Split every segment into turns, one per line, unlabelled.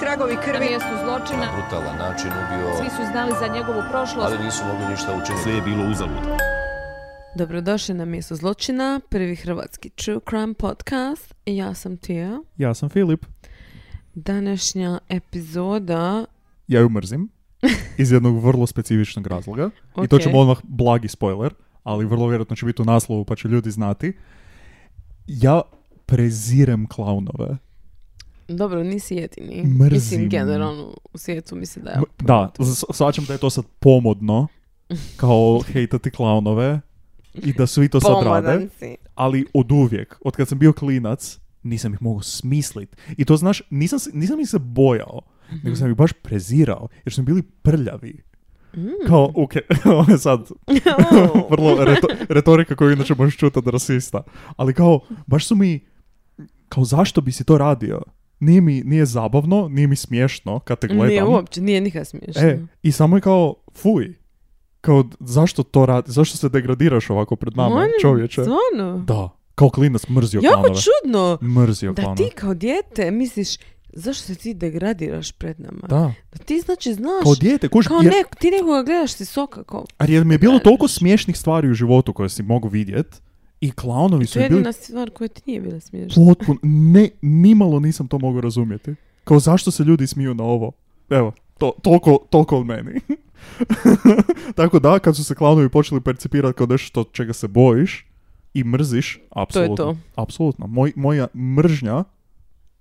tragovi
Na
krvi.
mjestu zločina.
brutalan način
Svi
ubio,
su znali za njegovu prošlost.
ali nisu mogli ništa učiniti.
Sve je bilo uzalud.
Dobrodošli na mjesto zločina, prvi hrvatski true crime podcast. Ja sam Tija.
Ja sam Filip.
Današnja epizoda...
Ja ju mrzim. Iz jednog vrlo specifičnog razloga. I to
Ok.
ćemo odmah blagi spoiler, ali vrlo vjerojatno će biti u naslovu pa će ljudi znati. Ja prezirem klaunove.
Dobro, nisi jedini.
Mrzim.
Mislim, generalno u svijetu misli da je...
M- Da, s- shvaćam da je to sad pomodno, kao hejtati klaunove i da svi to sad rade.
Pomodan si.
ali od uvijek, od kad sam bio klinac, nisam ih mogao smislit. I to znaš, nisam, se- nisam ih se bojao, nego
Mm.
sam ih baš prezirao, jer su mi bili prljavi.
Mm.
Kao, ok, ovo je sad vrlo reto- retorika koju inače možeš čuti od rasista. Ali kao, baš su mi, kao zašto bi si to radio? Nije mi, nije zabavno, nije mi smiješno kad te gledam.
Nije uopće, nije nikad smiješno.
E, i samo je kao, fuj. Kao, zašto to radi, zašto se degradiraš ovako pred nama,
Molim,
čovječe?
Stvarno?
Da, kao klinac mrzio
Jako
klanove.
čudno
Mrzio
da
klanove.
ti kao dijete misliš zašto se ti degradiraš pred nama.
Da,
Da ti znači znaš...
kao dijete, kuš,
Kao
jer,
ne, ti nekoga gledaš si soka kao...
jer, mi je bilo toliko smiješnih stvari u životu koje si mogu vidjet i klaunovi
To
su
je
mi bili
jedina stvar koja ti nije bila smiješna.
potpuno, ne, nimalo nisam to mogu razumjeti. Kao zašto se ljudi smiju na ovo? Evo, to, toliko, toliko od meni. Tako da, kad su se klaunovi počeli percipirati kao nešto što- čega se bojiš i mrziš, apsolutno.
to.
Apsolutno. Moj, moja mržnja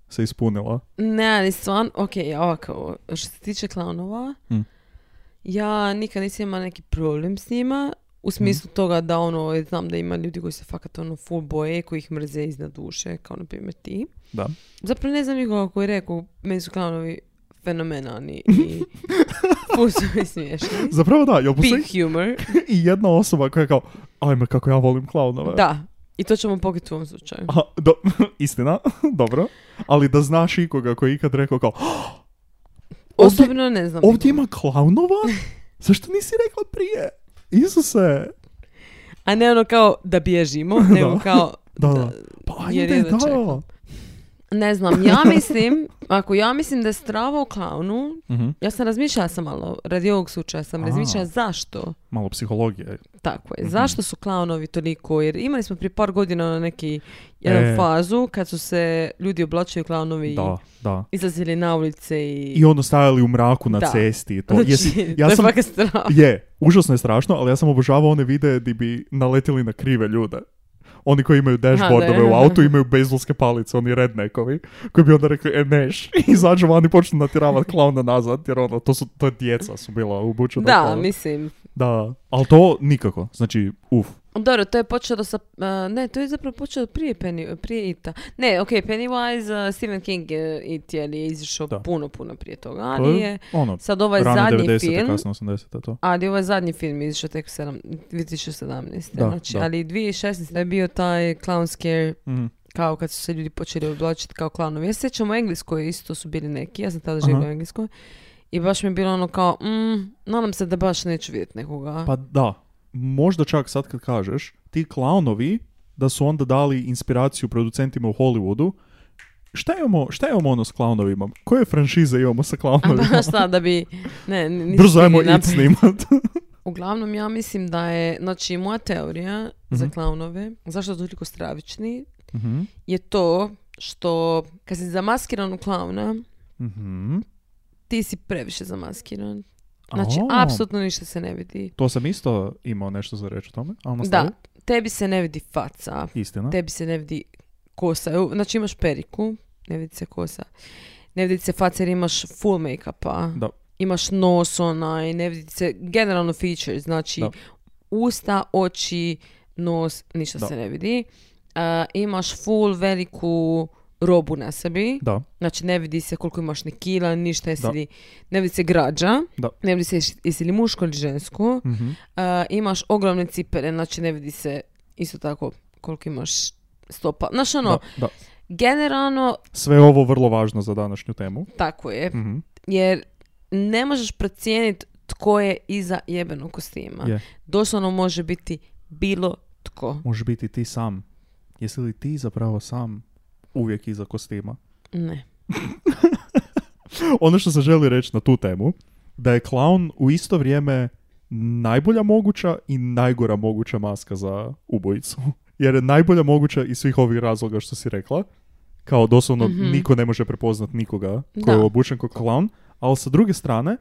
se ispunila.
Ne, ali stvarno, ok, ja ovako, što se tiče klaunova,
Mm.
ja nikad nisam imala neki problem s njima, u
Hm.
smislu toga da ono, znam da ima ljudi koji se fakat ono full boje, koji ih mrze iznad duše, kao na primjer ti.
Da.
Zapravo ne znam nikoga koji je rekao, meni su klaunovi fenomenalni i full su mi smiješni.
Zapravo da, jel postoji
Big humor,
i jedna osoba koja je kao, ajme kako ja volim klaunove.
da. I to ćemo pokriti u ovom slučaju.
Aha, do, istina, dobro. Ali da znaš ikoga koji je ikad rekao kao, ovdje-
Osobno ne znam.
ovdje ima klaunova? Zašto nisi rekla prije? Isuse,
A ne ono kao da bježimo, nego kao
da, da. Pa
Jer
ajde,
jedva
da.
čekam. Ne znam, ja mislim, ako ja mislim da je strava u klaunu,
Mhm.
ja sam razmišljala sam malo, radi ovog slučaja sam
A. Mhm.
razmišljala zašto,
Malo psihologije.
tako je, zašto su klaunovi toliko, jer imali smo prije par godina ono neki, jednu
E.
fazu kad su se ljudi oblačili klaunovi i
Da, da.
izlazili na ulice i...
I ono stajali u mraku na
Da.
cesti. i To,
Znači,
Jesi-
to
ja
je
sam,
fakat strava.
je, užasno je strašno, ali ja sam obožavao one videe di bi naletili na krive ljude. Oni koji imaju dashboardove
da je.
u autu imaju bejzbolske palice, oni rednekovi, koji bi onda rekli, e, neš, i izađu van i počnu natjeravati klauna nazad, jer ono, to su, to je djeca su bila obučena.
Da,
kao-
mislim.
Da, ali to nikako, znači, uf.
Dobro, to je počelo sa... a, ne, to je zapravo počelo prije, Penny, prije Ita. Ne, ok, Pennywise, a, Stephen King je It je li je izišao
Da.
puno, puno prije toga,
To
ali je...
ono,
Sad ovaj
rano
zadnji
90-te,
film,
kasno 80 to.
ali ovaj zadnji film je izišao tek sedam- 2017.
Da,
znači,
da.
ali 2016. je bio taj clown scare,
Mhm.
kao kad su se ljudi počeli oblačiti kao clownovi. Ja se sjećam u Engleskoj isto su bili neki, ja sam tada živjela
Aha.
u Engleskoj. I baš mi je bilo ono kao, mm, nadam se da baš neću vidjeti nekoga.
Pa da, možda čak sad kad kažeš, ti klaunovi da su onda dali inspiraciju producentima u Hollywoodu, šta imamo, šta imamo ono s klaunovima? Koje franšize imamo sa
A
klaunovima?
baš šta, da bi... Ne, n- nisu
Brzo
stigli
ajmo it
napraviti.
snimat.
Uglavnom, ja mislim da je, znači, moja teorija za klaunove, zašto su toliko stravični,
Mhm,
je to što kad si zamaskiran u klauna,
mhm.
ti si previše zamaskiran. Znači,
A,
apsolutno ništa se ne vidi.
To sam isto imao nešto za reći o tome, ali nastavi.
Da, tebi se ne vidi faca,
Istina.
tebi se ne vidi kosa. Evo, Znači, imaš periku, ne vidi se kosa. Ne vidi se faca jer imaš full make-upa.
Da.
Imaš nos onaj, ne vidi se generalno features, znači
Da.
usta, oči, nos, ništa
Da.
se ne vidi. A, imaš full veliku robu na sebi.
Da,
Znači ne vidi se koliko imaš ni kila, ništa, jesi li, ne vidi se građa,
Da.
ne vidi se jesi- jesi li muško ili žensko,
mhm,
A, imaš ogromne cipere, znači ne vidi se isto tako koliko imaš stopa. Znaš ono,
da, da.
generalno
Sve je ovo vrlo važno za današnju temu.
tako je,
Mhm,
jer ne možeš procijeniti tko je iza jebenog kostima.
je.
Doslovno može biti bilo tko.
Možeš biti ti sam. Jesi li ti zapravo sam uvijek iza kostima?
Ne.
ono što sam želio reći na tu temu, da je klaun u isto vrijeme najbolja moguća i najgora moguća maska za ubojicu. Jer je najbolja moguća iz svih ovih razloga što si rekla. Kao doslovno
Mhm.
niko ne može prepoznat nikoga ko je
Da.
obučen kao klaun, ali sa druge strane,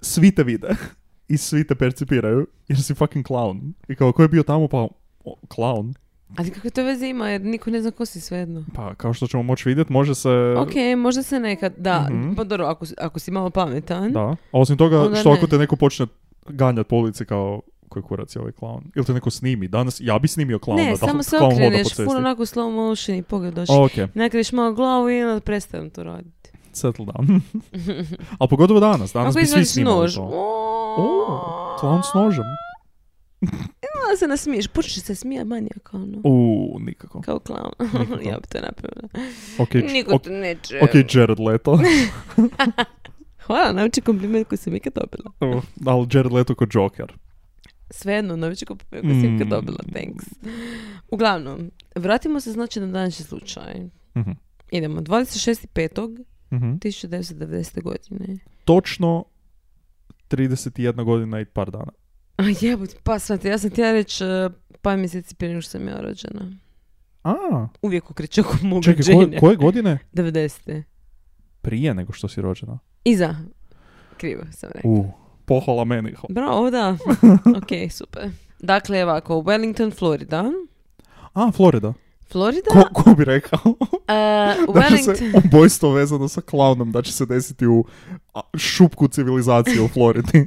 svi te vide i svi te percipiraju jer si fucking klaun. I kao ko je bio tamo pa o, klaun,
Ali kakve to veze ima jer niko ne zna ko si svejedno.
pa kao što ćemo moći vidjeti može se...
Ok, možda se nekad, da,
Mhm.
pa dobro, ako, si- ako si malo pametan,
Da. A osim toga,
Mm-hmm. Onda
što
ne.
ako te neko počne ganjati po ulici kao koji kurac je ovaj klaun? Ili te neko snimi? Danas ja bi snimio klauna.
ne,
da,
samo se
klaun hoda po
okreneš,
cesti.
puno onako slow motion i pogledaš.
Ok,
Nakriš malo glavu i onda prestanem to raditi.
settle down. A pogotovo danas,
Ako
danas bi svi
izvadiš
snimali
nož,
to.
o,
O, klaun s nožem.
Malo se nasmiješ, počneš se smija manje kao ono.
U, nikako.
Kao klaun. ja bi to napravila.
Ok, dž-
Niko
ok,
to neće.
ok, Jared Leto.
Hvala, najveći kompliment koji sam ikad dobila.
Uh, Ali Jared Leto ko Joker.
Svejedno, najveći kompliment koji sam ikad
Mm.
dobila, thanks. Uglavnom, vratimo se znači na današnji slučaj.
Mhm,
Idemo, 26.5.1990.
mhm.
godine.
Točno 31 godina i par dana.
A jebut, pa svati, ja sam htjela reći e, par mjeseci prije nego što sam ja rođena.
A,
Uvijek okreću oko mog
čekaj, koje,
rođenja.
koje godine?
90.
Prije nego što si rođena.
Iza. Krivo sam rekla.
U, pohvala meni. hvala.
Bravo, da. ok, super. Dakle, ovako, Wellington, Florida.
A, Florida.
Florida?
Ko, ko bi rekao?
E,
da će se
Wellington.
ubojstvo vezano sa klaunom da će se desiti u a, šupku civilizacije u Floridi.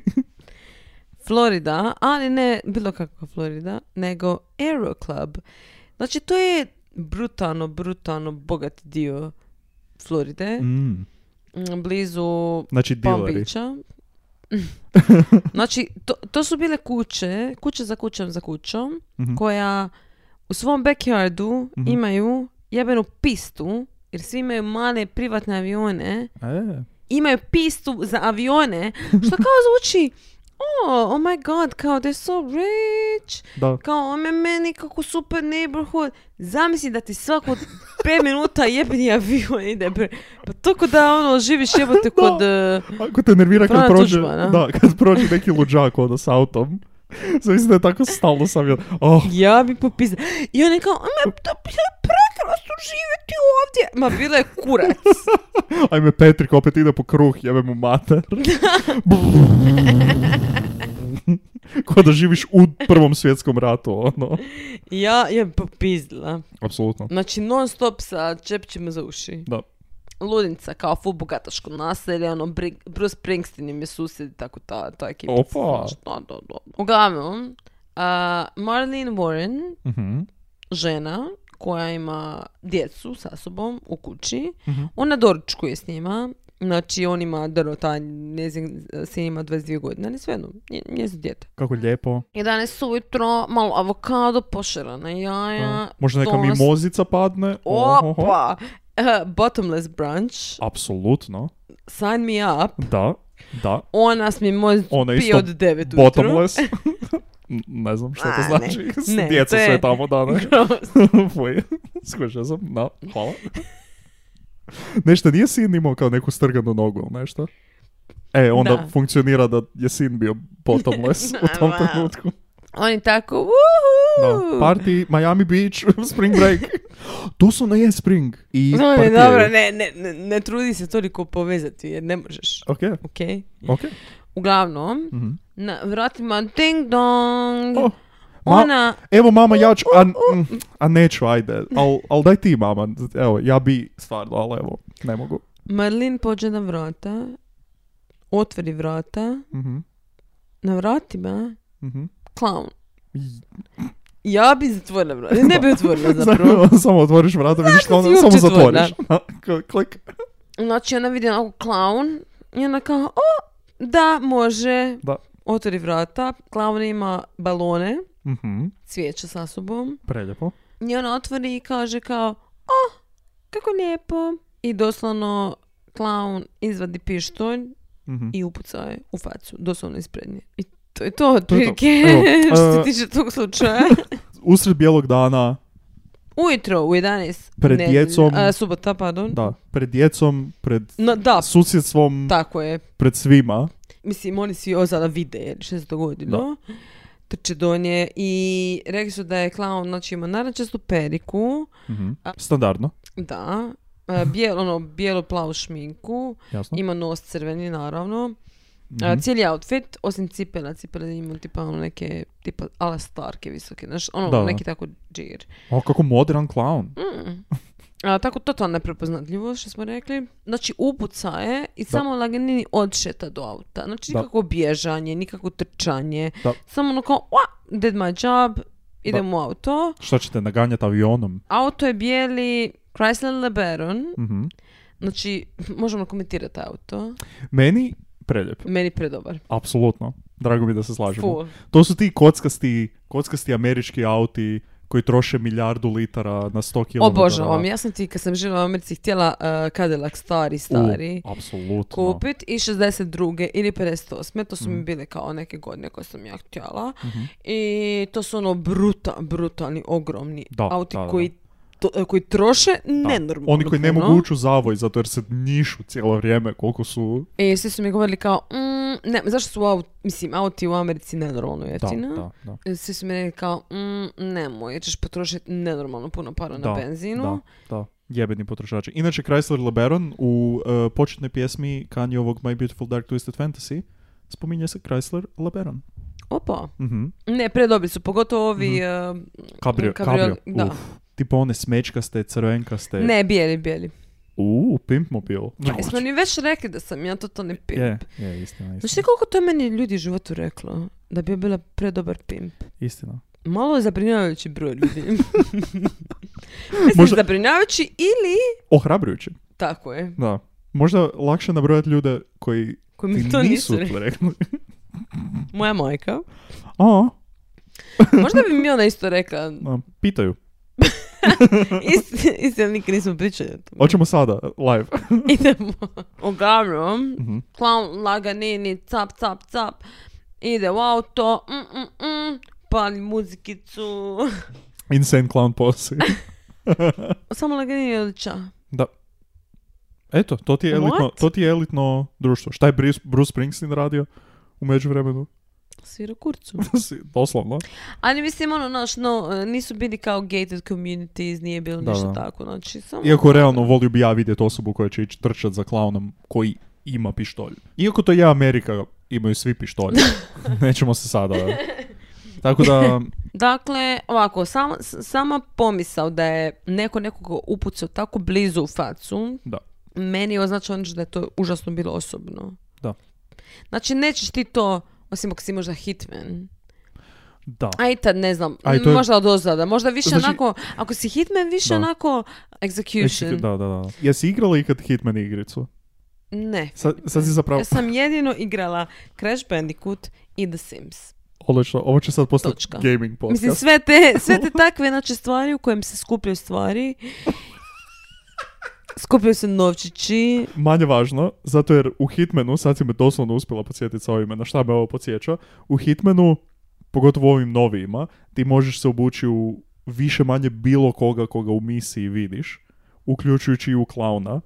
Florida, ali ne bilo kakva Florida, nego Aero Club. Znači, to je brutalno, brutalno bogat dio Floride,
Mm,
m, blizu
znači,
Palm
dileri.
Beacha. znači, to, to su bile kuće, kuće za kućom za kućom,
Mhm.
koja u svom backyardu
Mhm.
imaju jebenu pistu, jer svi imaju male privatne avione,
E,
imaju pistu za avione, što kao zvuči Oh, oh my god, kao they're so rich.
da.
Kao ome meni kako super neighborhood. Zamisli da ti svako 5 minuta jebeni avion ide. Pre... Pa to ko da ono živiš jebote kod... eh,
Ako te nervira kad
Frana
prođe,
Tuđmana.
da, kad prođe neki luđak ono s autom. Zavisno da je tako stalno sam ja. Oh,
ja bi popisa. I on je kao, ma to je prekrasno živjeti ovdje. Ma bila je kurac.
ajme Petrik opet ide po kruh, jebe mu mater. Ko da živiš u prvom svjetskom ratu, ono.
Ja je popizdila.
Apsolutno.
Znači non stop sa čepćima za uši.
Da.
Ludnica, kao ful bogataško naselje, ono, Bri- Bruce Springsteen im je susjed, i tako ta, ta ekipa.
Opa.
Znači, da, da, da. Uglavnom, a, Marlene Warren,
Mhm.
žena koja ima djecu sa sobom u kući,
Mhm.
ona doručkuje s njima, znači on ima, dobro, taj njezin sin ima 22 godine, ali svejedno, nje- njezin djete.
Kako lijepo.
11 ujutro, malo avokado, pošarana jaja.
Da. Možda neka
toast.
mimozica padne. Ohoho.
Opa! Eh, bottomless brunch,
Apsolutno.
sign me up.
Da, da.
Ona s mimozicom
Ona
pije
isto
od 9 ujutro.
bottomless. N- ne znam što to
A,
znači.
ne,
Ne. Djeca
to je-
sve tamo dane.
Groz.
Fuj. Skušao sam. Da, hvala. Nešto, nije sin imao kao neku strganu nogu ili nešto? E, onda
Da.
funkcionira da je sin bio bottomless u tom
Wow.
trenutku.
Oni tako, uhu!
Da. Party, Miami Beach, spring break. Doslovno je spring. I
Dobro,
partijaju.
dobro, ne, ne, ne, ne trudi se toliko povezati jer ne možeš.
Ok,
Ok?
ok.
Uglavnom,
Mhm.
na vratima ding dong.
Oh, ma-
Ona,
Evo mama, ja ću, a, mm, a neću, ajde, al, al daj ti mama, evo, ja bi stvarno, ali evo, ne mogu.
Marlin pođe na vrata, otvori vrata,
Mhm,
na vratima,
mhm.
klaun.
I-
Ja bi zatvorila vrata, ne bi otvorila zapravo.
Samo- samo otvoriš vrata, vidiš što
si
ono, samo
uopće
zatvoriš. K- Klik.
Znači ona vidi onako klaun i ona kao, o, da, može.
Da.
Otvori vrata, klaun ima balone,
Mhm,
cvijeće sa sobom.
preljepo.
I ona otvori i kaže kao, o, kako lijepo. I doslovno klaun izvadi pištolj
Mhm.
i upuca je u facu, doslovno ispred nje. I to je to
To je to.
otprilike
Evo,
što se
e,
tiče tog slučaja.
Usred bijelog dana,
Ujutro u 11.
Pred
nedjelja-
djecom.
a, subota, pardon.
Da, pred djecom, pred
No, da,
susjedstvom,
tako je.
pred svima.
Mislim, oni svi ozada vide jer što se dogodilo. Trče do nje i rekli su da je klaun, znači ima narančastu periku,
Mhm. Standardno,
da, e, bijelo, ono, bijelo-plavu šminku,
jasno.
ima nos crveni, naravno.
Mhm.
A, cijeli outfit, osim cipela, cipela ima tipa ono neke, tipa ala starke visoke, znaš, ono
Da, da.
neki tako džir.
O, kako modern clown.
Mm. A, tako totalna prepoznatljivo što smo rekli. Znači upuca je i samo laganini odšeta do auta. Znači
Da.
nikako bježanje, nikako trčanje.
Da.
Samo ono kao, "Ua, did my job, idem u auto.
Šta ćete naganjati avionom?
Auto je bijeli Chrysler LeBaron.
Mhm.
Znači, možemo komentirati taj auto.
Meni prelijep,
Meni predobar.
apsolutno. Drago mi je da se slažemo.
Full.
To su ti kockasti, kockasti američki auti koji troše milijardu litara na 100 km.
Obožavam. Ja sam ti, kad sam živjela u Americi, htjela uh, Cadillac stari, stari.
pa apsolutno.
kupit i 62. ili 58. To su mi
Mhm.
bile kao neke godine koje sam ja htjela. I to su ono bruta, brutalni, ogromni
Da,
auti
da, da,
koji, to- e, koji troše
Da.
nenormalno
Oni koji ne
puno.
mogu ući u zavoj zato jer se njišu cijelo vrijeme koliko su...
I E, svi su mi govorili kao, "Mm, ne, zašto su auti, mislim, auti u Americi nenormalno
Da,
jeftina?
da, da.
Svi su mi rekli kao, mm, nemoj, jer ćeš potrošiti nenormalno puno para
Da,
na benzinu.
Da, da. Jebeni potrošači. Inače, Chrysler LeBaron u uh, početnoj pjesmi Kanyeovog My Beautiful Dark Twisted Fantasy spominje se Chrysler LeBaron.
Opa,
Mhm.
ne, predobri su, pogotovo ovi... eh, Kabrio-
Kabrio, kabrio.
da.
Uf. Tipo one smečkaste, crvenkaste.
ne, bijeli, bijeli.
Uuu, pimp mobil.
Pa, Jesmo ni već rekli da sam ja totalni pimp.
Je, je, istina,
Znaš ti
istina.
koliko to je meni ljudi u životu reklo? Da bi ja bila predobar pimp.
istina.
Malo je zabrinjavajući broj ljudi. Mislim,
Možda-
zabrinjavajući ili...
Ohrabrujuće,
Tako je.
da. Možda lakše nabrojati ljude koji
Koji
ti
mi to nisu
nisu to
rekli.
rekli.
Moja majka.
A,
Možda bi mi ona isto rekla.
a, pitaju.
Isti- Istina, nikad nismo pričali o tome.
Hoćemo sada, live.
Idemo. Uglavnom,
Mhm.
klaun laganini, cap, cap, cap. Ide u auto. Mm, mm, mm. Pali muzikicu.
Insane clown posse.
Samo laganini odliča.
da. Eto, to ti je elitno,
What?
to ti je elitno društvo. Šta je Bruce, Bruce Springsteen radio u međuvremenu?
Svira kurcu.
Si- Doslovno.
Ali mislim, ono, znaš, no, nisu bili kao gated communities, nije bilo
Da,
ništa
da.
tako, znači, samo...
Iako realno volio bi ja vidjeti osobu koja će ići trčat za klaunom koji ima pištolj. Iako to je Amerika, imaju svi pištolje. Nećemo se sada. Tako da,
Dakle, ovako, sama, s- sama pomisao da je neko nekoga upucao tako blizu u facu,
Da.
meni je označao nešto da je to užasno bilo osobno.
Da.
Znači, nećeš ti to, osim ako si možda hitman.
da.
A i tad, ne znam,
A i to je-
možda od ozada, možda više
Znači-
onako, ako si hitman, više
Da.
onako execution.
Da, da, da. Jesi igrala ikad Hitman igricu?
Ne.
Sad, sad si zapravo...
Ja sam jedino igrala Crash Bandicoot i The Sims.
Odlično, ovo će sad postati
Točka.
gaming podcast.
Mislim, sve te, sve te takve znači, stvari u kojem se skupljaju stvari. Skupljaju se novčići.
Manje važno, zato jer u Hitmanu, sad si me doslovno uspjela podsjetiti sa ovime, na šta me ovo podsjeća, u Hitmanu, pogotovo u ovim novijima, ti možeš se obući u više manje bilo koga koga u misiji vidiš, uključujući i u klauna.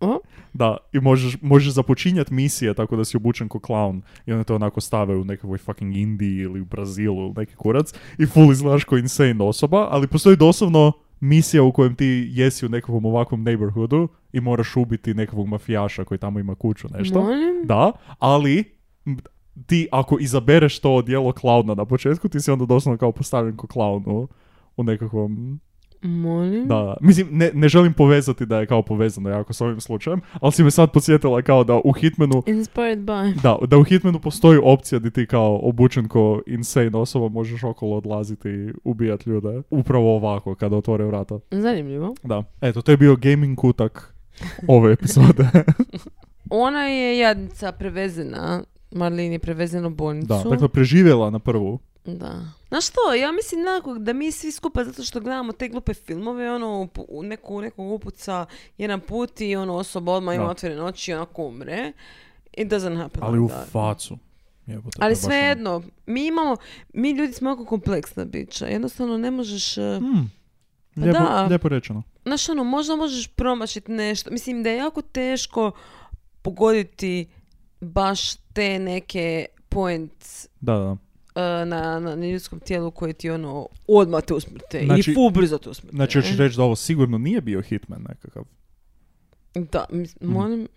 O?
Da, i možeš, možeš započinjati misije tako da si obučen ko klaun i onda te onako stave u nekakvoj fucking Indiji ili u Brazilu ili neki kurac i full izgledaš kao insane osoba, ali postoji doslovno misija u kojem ti jesi u nekakvom ovakvom neighborhoodu i moraš ubiti nekakvog mafijaša koji tamo ima kuću, nešto.
Molim?
Da, ali m, ti ako izabereš to odjelo klauna na početku, ti si onda doslovno kao postavljen ko klaun u, u nekakvom
Molim?
da, da. Mislim, ne, ne želim povezati da je kao povezano jako s ovim slučajem, ali si me sad podsjetila kao da u Hitmanu
Inspired by.
da, da u Hitmanu postoji opcija di ti kao obučen ko insane osoba možeš okolo odlaziti i ubijat ljude. Upravo ovako, kada otvore vrata.
Zanimljivo.
Da. Eto, to je bio gaming kutak ove epizode.
Ona je jadnica prevezena. Marlene je prevezena u bolnicu.
da, dakle, preživjela na prvu.
Da. Znaš što, ja mislim nekako da mi svi skupa, zato što gledamo te glupe filmove, ono, pu- u neku, nekog upuca jedan put i ono, osoba odmah ima
Da.
otvorene oči i onako umre. It doesn't happen
Ali u
like that.
facu. Jebote, to je
Ali
baš ono-
svejedno, mi imamo, mi ljudi smo jako kompleksna bića. Jednostavno ne možeš, eh,
Mm,
Pa
lijepo,
da.
lijepo rečeno.
Znaš ono, možda možeš promašiti nešto. Mislim da je jako teško pogoditi baš te neke point
Da, da.
e, na, na, na ljudskom tijelu koji ti ono odmah te usmrte
Znači-
ili ful brzo te usmrte. E,
Znači, još reći da ovo sigurno nije bio Hitman nekakav.
Da, mis-
Mm.
molim.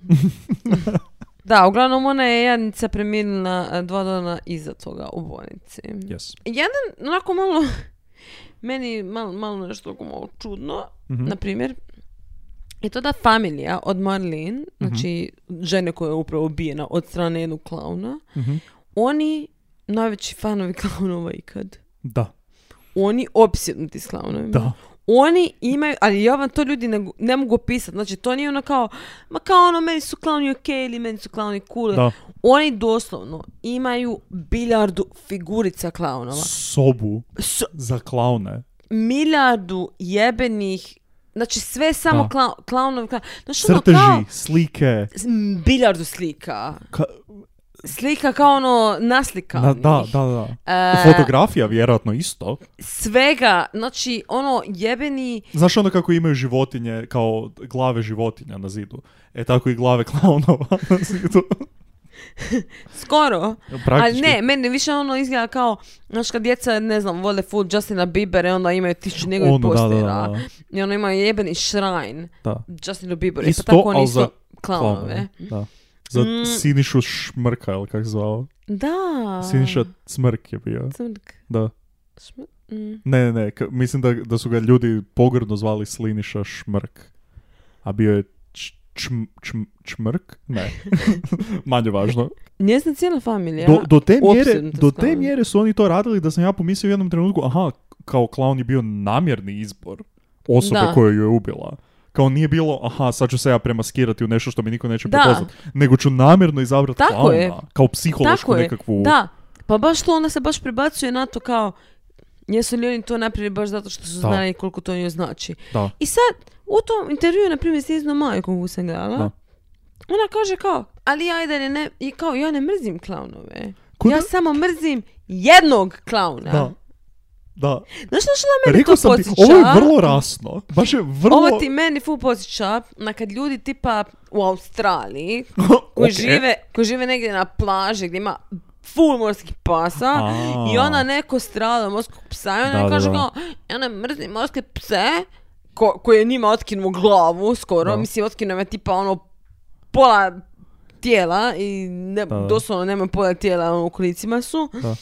da, uglavnom ona je jadnica preminula e, dva dana iza toga u bolnici.
Yes.
Jedan, onako malo, meni malo, malo nešto oko malo čudno,
Mhm.
na primjer, je to da familija od Marlene,
Mhm.
znači žene koja je upravo ubijena od strane jednog klauna,
Mhm.
oni, najveći fanovi klaunova ikad,
Da,
oni opsjednuti s klaunovima.
da.
Oni imaju, ali ja vam to ljudi ne, ne mogu opisati, znači to nije ono kao, ma kao ono, meni su klauni ok ili meni su klauni cool.
Da.
Oni doslovno imaju biljardu figurica klaunova.
Sobu
S-
za klaune.
milijardu jebenih Znači sve samo
Da.
kla, klaunovi kla- Znaš ono
Crteži,
kao
slike.
m, biljardu slika.
Ka-
Slika kao ono naslika.
na- da, da, da.
E.
Fotografija vjerojatno isto.
Svega, znači ono jebeni...
Znaš ono kako imaju životinje, kao glave životinja na zidu? E tako i glave klaunova na zidu.
Skoro. Ali
Praktički.
ne, meni više ono izgleda kao, znaš kad djeca, ne znam, vole full Justina Biebera i onda imaju tisuću njegovih
Ono, da, da,
postera.
da,
I ono imaju jebeni šrajn
da.
Justinu Bieberu.
Isto,
I pa tako oni
ali
su
za
klaunove.
Da. Za
Mm.
Sinišu Šmrka, ili kako zvao?
Da.
Siniša Smrk je bio,
Crk.
da.
Šm- mm.
Ne, ne, ne, k- mislim da, da su ga ljudi pogrdno zvali Sliniša Šmrk. A bio je č- čm- čm- čmrk? Ne, manje važno.
Njezina cijela familija.
Do, do, te mjere,
Opsjednuta
do
s
te
klaunom.
mjere su oni to radili da sam ja pomislio u jednom trenutku, aha, kao klaun je bio namjerni izbor osobe
Da.
koju je ubila. Kao nije bilo, aha, sad ću se ja premaskirati u nešto što mi niko neće
Da.
prepoznat, nego ću namjerno izabrati
Tako
klauna,
je.
kao psihološku
Tako je.
nekakvu...
Da, pa baš to onda se baš prebacuje na to kao jesu li oni to napravili baš zato što su
Da.
znali koliko to nju znači.
Da.
I sad, u tom intervju, na primjer, s njezinom majkom koju sam gledala,
Da.
ona kaže kao, ali ja i dalje ne, i kao, ja ne mrzim klaunove.
Ko
ja
da-
samo mrzim jednog klauna.
da. Da.
Znaš znaš što na mene
Pa Rekao
to
sam ti,
podsjeća?
ovo je vrlo rasno. Baš je vrlo...
Ovo ti meni ful posjeća na kad ljudi tipa u Australiji koji,
Ok.
žive, koji žive negdje na plaži gdje ima full morskih pasa
A.
i ona neko strada morskog psa i ona
Da, da,
kaže
da.
kao, ja ne mrzim morske pse ko, koje je njima otkinuo glavu skoro,
Da.
mislim otkinuo je tipa ono pola tijela i ne,
Da, da.
doslovno nema pola tijela, ono, u kolicima su.
Da.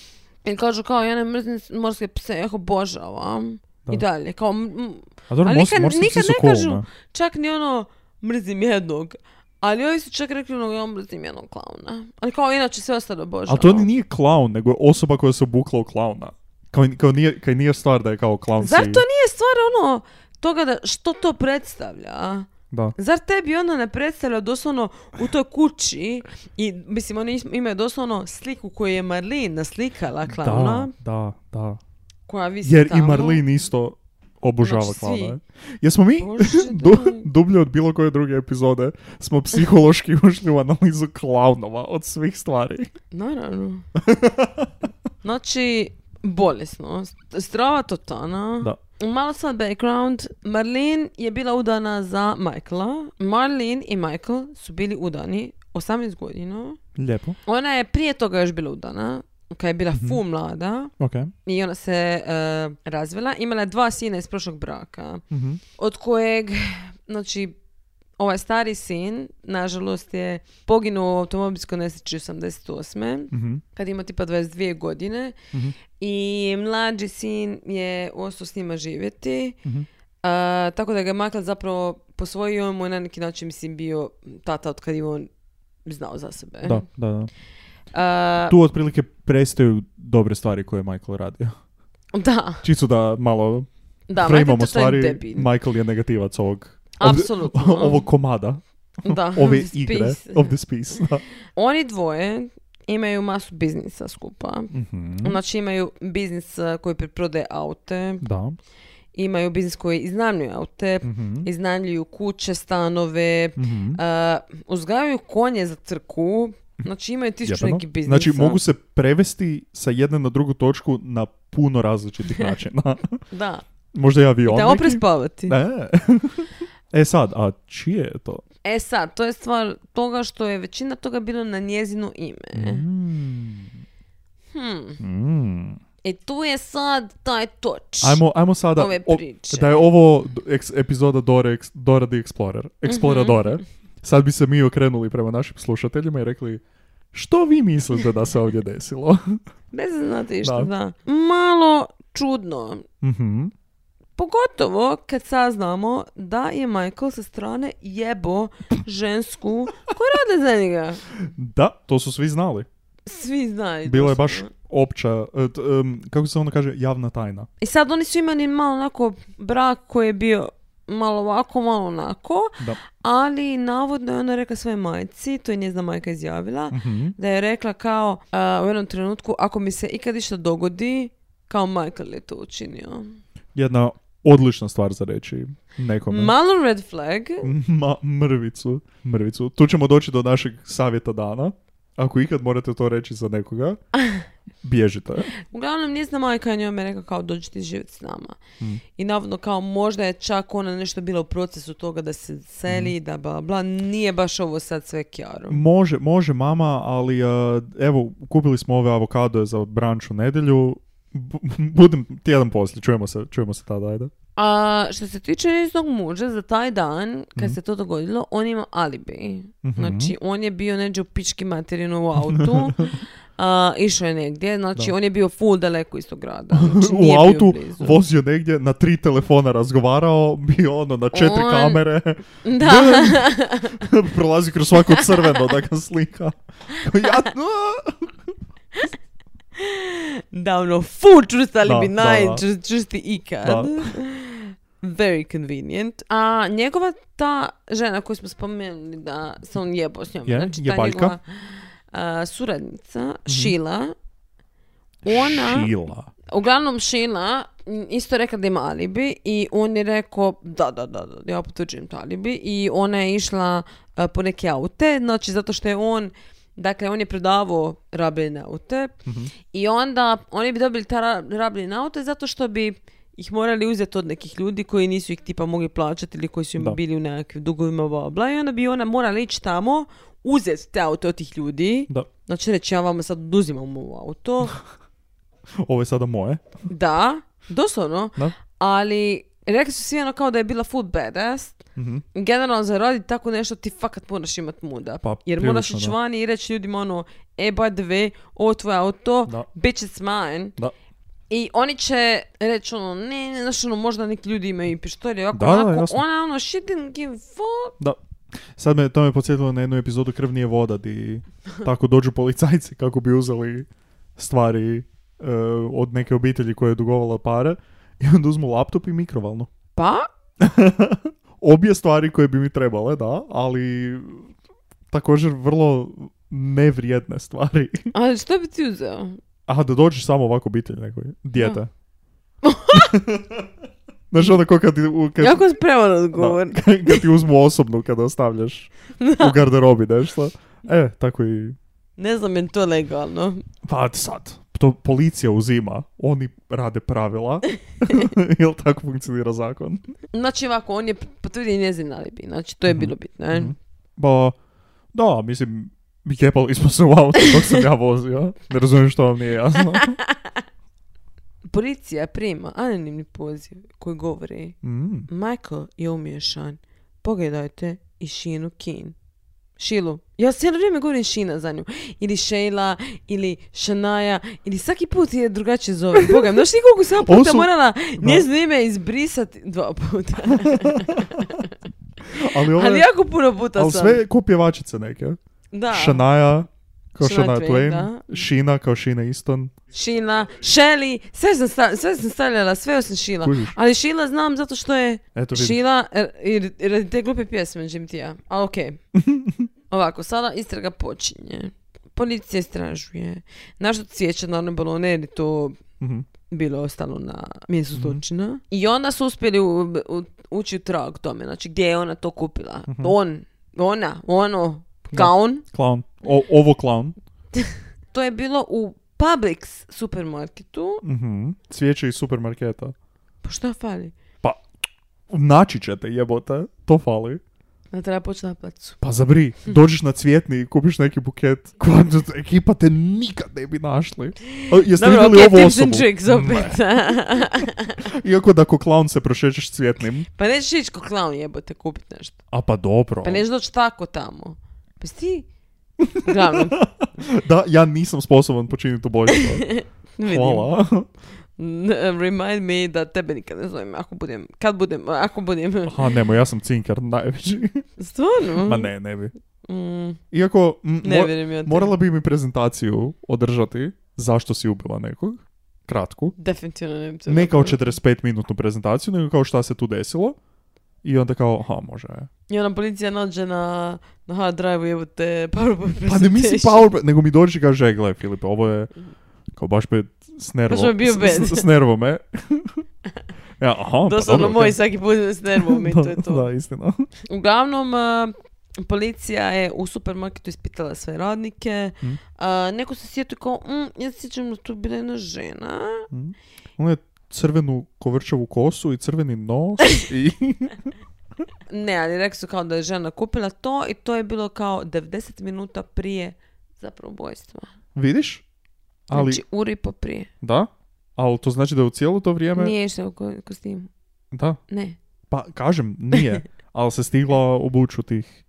I kažu kao, ja ne mrzim morske pse, ja ih obožavam. I
Da.
dalje, kao, m- m-
A dobro,
ali
mors-
nikad,
morski psi
nikad
su
ne
cool,
kažu,
ne?
čak ni ono, mrzim jednog. Ali ovi su čak rekli, ono, ja mrzim jednog klauna. Ali kao, inače sve ostalo ono. obožavam.
Ali to ni nije klaun, nego je osoba koja se obukla u klauna. Kao, kao, nije, kao nije stvar da je kao klaun
Zar to
si-
nije stvar, ono, toga da, što to predstavlja?
Da.
Zar tebi ono ne predstavlja doslovno u toj kući i, mislim, oni is- imaju doslovno sliku koju je Marlin naslikala klauna,
Da, da, da.
koja visi
Jer i
Pa ono- tamo.
Marlin isto obožava
Znači, svi.
klauna. Jesmo mi
Bože,
du,
daj.
dublje od bilo koje druge epizode smo psihološki ušli u analizu klaunova od svih stvari.
Naravno. znači, bolesno. St- Strava totana.
Da.
Malo sad background. Marlene je bila udana za Michaela. Marlene i Michael su bili udani 18 godina.
Lijepo.
Ona je prije toga još bila udana. Kad je bila fu mlada
Ok.
i ona se e, razvela. Imala je dva sina iz prošlog braka.
Mhm.
Od kojeg, znači, ovaj stari sin, nažalost, je poginuo u automobilskoj nesreći 88
Mhm.
kad ima tipa 22 godine
Mhm.
i mlađi sin je ostao s njima živjeti.
Mhm.
A, tako da ga je Michael zapravo posvojio, on mu je na neki način mislim bio tata od kad je on znao za sebe.
Da, da, da.
A,
Tu otprilike prestaju dobre stvari koje je Michael radio.
da,
Čisto da malo
da, Michael
frameamo
je totalni
stvari,
debil.
Michael je negativac ovog,
Apsolutno.
ovog komada,
da.
ove
Spis.
igre, of this piece. Da.
Oni dvoje imaju masu biznisa skupa.
Mhm.
Znači imaju biznis a, koji preprodaje aute,
Da.
imaju biznis koji iznajmljuje aute,
Mhm.
iznajmljuju kuće, stanove,
Mhm.
Uh, uzgajaju konje za crku, znači imaju tisuću
Jebeno.
neki biznis. ono.
Znači, mogu se prevesti sa jedne na drugu točku na puno različitih načina.
Da,
Možda je avion
Idemo
neki?
prespavati.
Ne. e sad, a čije je to?
E sad, to je stvar toga što je većina toga bilo na njezino ime.
Mm.
Hmm.
Mm.
E tu je sad taj toč.
Ajmo, ajmo sada...
Ove
o-
priče.
da je ovo d- eks- epizoda Dora, ex, Dora the Explorer. Exploradore. Sad bi se mi okrenuli prema našim slušateljima i rekli što vi mislite da se ovdje desilo?
Ne znam, znate išta,
Da.
da. Malo čudno.
Mhm.
Pogotovo kad saznamo da je Michael sa strane jebo žensku koja rade za njega.
Da, to su svi znali.
Svi znaju.
Bilo je baš
doslovno.
opća, e, t- em, kako se ono kaže, javna tajna.
I sad oni su imali malo onako brak koji je bio malo ovako, malo onako,
Da.
ali navodno je ona rekla svoje majci, to je njezna majka izjavila,
Mhm.
da je rekla kao a, u jednom trenutku ako mi se ikad išta dogodi, kao Michael je to učinio.
Jedna odlična stvar za reći nekome.
Malo red flag,
Ma, mrvicu, mrvicu. Tu ćemo doći do našeg savjeta dana. Ako ikad morate to reći za nekoga, bježite.
Uglavnom, njezina majka je njome rekla kao dođi ti živjeti s nama.
Mm.
I navodno kao možda je čak ona nešto bila u procesu toga da se seli,
Mm.
da bla bla, nije baš ovo sad sve kjaro.
Može, može mama, ali e, evo, kupili smo ove avokadoje za branč u nedjelju. B- budem tjedan poslije, čujemo se, čujemo se tada, ajde.
A što se tiče njezinog muža, za taj dan, kad
Mhm.
se to dogodilo, on ima alibi. Znači, on je bio neđe u pički materinu u autu, a, išao je negdje, znači on je bio full daleko iz tog grada. Znači,
u
nije bio
autu
blizu.
vozio negdje, na tri telefona razgovarao, bio ono na četiri
On-
kamere,
Da,
prolazi kroz svako crveno da ga slika. ja,
da ono, full čvrst alibi,
Da, da, da.
najčvrsti ikad.
Da.
Very convenient. A njegova ta žena koju smo spomenuli da se on jebo s njom,
Je, Mhm.
znači ta
jebaljka.
njegova a, suradnica, Šila, ona,
Šila.
uglavnom Šila m, isto je rekla da ima alibi i on je rekao da, da, da, da ja potvrđujem to alibi i ona je išla a, po neke aute, znači zato što je on Dakle, on je prodavao rabljene aute
Mhm.
i onda oni bi dobili ta ra- rabljene aute zato što bi ih morali uzeti od nekih ljudi koji nisu ih tipa mogli plaćati ili koji su im
Da.
bili u nekakvim dugovima, bla, bla, i onda bi ona morala ići tamo, uzeti te aute od tih ljudi.
Da,
Znači reći, ja vam sad oduzimam ovo auto.
ovo je sada moje.
Da, doslovno.
Da.
Ali rekli su svi ono kao da je bila full badass.
Mhm.
Generalno za radit tako nešto ti fakat moraš imat muda.
Pa,
Jer moraš
prilično,
ići
da.
vani i reći ljudima ono e by the way, ovo je tvoje auto,
Da.
bitch it's mine.
Da.
I oni će reći ono ne, ne, znaš ono možda neki ljudi imaju i pištolje ovako
Da, da,
onako,
jasno.
ona ono she didn't give a fuck.
Da. Sad me, to me podsjetilo na jednu epizodu Krv nije voda di tako dođu policajci kako bi uzeli stvari e, od neke obitelji koja je dugovala pare i onda uzmu laptop i mikrovalnu.
Pa,
Obje stvari koje bi mi trebale, da, ali također vrlo nevrijedne stvari.
ali što bi ti uzeo?
Aha, da dođeš samo ovako obitelj nekoj. Dijete. Znaš onda ko kad, ti- u- kad,
Jako spreman odgovor.
da, kad ti uzmu osobnu kada ostavljaš u garderobi nešto. E, tako i...
Ne znam je li to legalno.
Pa sad, to policija uzima, oni rade pravila, jel tako funkcionira zakon?
Znači ovako, on je potvrdio njezin alibi. Znači
Mhm.
to je bilo bitno. je.
Ba, da, mislim, jebali smo se u auto dok sam ja vozio, ne razumijem što vam nije jasno.
Policija prima anonimni poziv koji govori
Mm.
Michael je umješan. Pogledajte i Shinu Kin. Šilu. Ja cijelo vrijeme govorim Šina za nju. Ili Sheila, ili Shanaja, ili svaki put je drugačije zove. Boga, mi, znaš ti koliko sam
Ovo
puta
su-
morala njezino ime izbrisati dva puta.
Ali, ovo je-
Ali jako puno puta
ali
sam.
sve ko pjevačice neke.
Da.
Shania kao
Shania
Shania
Twain,
Twain, Shina kao Shina Easton.
Šina, Shelly, sve sam, sta- sve sam stavljala, sve osim Šila.
Kužiš?
Ali Šila znam zato što je
Eto vidim.
Šila i i radi te glupe pjesme Jim Tija. Ali okej. Ovako, sada istraga počinje. Policija istražuje. Našto cvijeće na one balone jer je to
Mhm.
bilo ostalo na mjestu zločina. I onda su uspjeli u- u- ući u trag tome. Znači gdje je ona to kupila.
Mhm.
On, ona, ono, kaun.
Clown. O, ovo clown.
To je bilo u Publix supermarketu.
Mhm. Cvijeće iz supermarketa.
Pa šta fali?
Pa, naći ćete jebote, to fali.
Da treba poći na placu.
Pa zabri,
Mhm.
dođeš na cvjetni i kupiš neki buket. Kvantno, ekipa te nikad ne bi našli. A, Jeste
Dobro, okej,
vidjeli ovu
tips
osobu?
and tricks opet.
Ne. Iako da ko klaun se prošećeš cvjetnim.
pa nećeš ići ko klaun jebote kupit nešto.
A pa dobro.
Pa nećeš doći tako tamo. Pa si ti... Uglavnom,
Da, ja nisam sposoban počiniti ubojstvo.
vidim.
Hvala.
N- eh, Remind me da tebe nikad ne zovem ako budem, kad budem, eh, ako budem.
Aha, nemoj, ja sam cinkar najveći.
Mhm. Stvarno?
Ma ne, ne bi.
Mm,
Iako, m,
ne
mo-
vjerujem ja tebi.
morala bi mi prezentaciju održati zašto si ubila nekog, kratku.
Definitivno ne bi to
Ne kao
napravila.
45-minutnu prezentaciju, nego kao šta se tu desilo. I onda kao, aha, može.
I ona policija nađe na, na hard drive-u jebote PowerPoint
Pa ne mislim
presentation.
PowerPoint, nego mi dođe i kaže, "E, gle, Filipe, ovo je kao baš me s nervom.
Baš me bio
s-
bed.
S, s nervom, e. ja, aha, pa
Doslovno
dobro,
moj
okej.
svaki put s nervom i to je to.
Da, istina.
Uglavnom, eh, policija je u supermarketu ispitala sve radnike.
Mm.
A, neko se sjetio kao, mm, ja se sjećam da tu bila jedna žena.
Ona Mhm. Ono je crvenu kovrčavu kosu i crveni nos i...
Ne, ali rekli su kao da je žena kupila to i to je bilo kao 90 minuta prije zapravo ubojstva.
Vidiš? Ali,
Znači, uri po prije.
da, ali to znači da je u cijelo to vrijeme...
Nije išla u ko- kostimu.
Da,
Ne.
pa kažem, nije. ali se stigla obuću tih...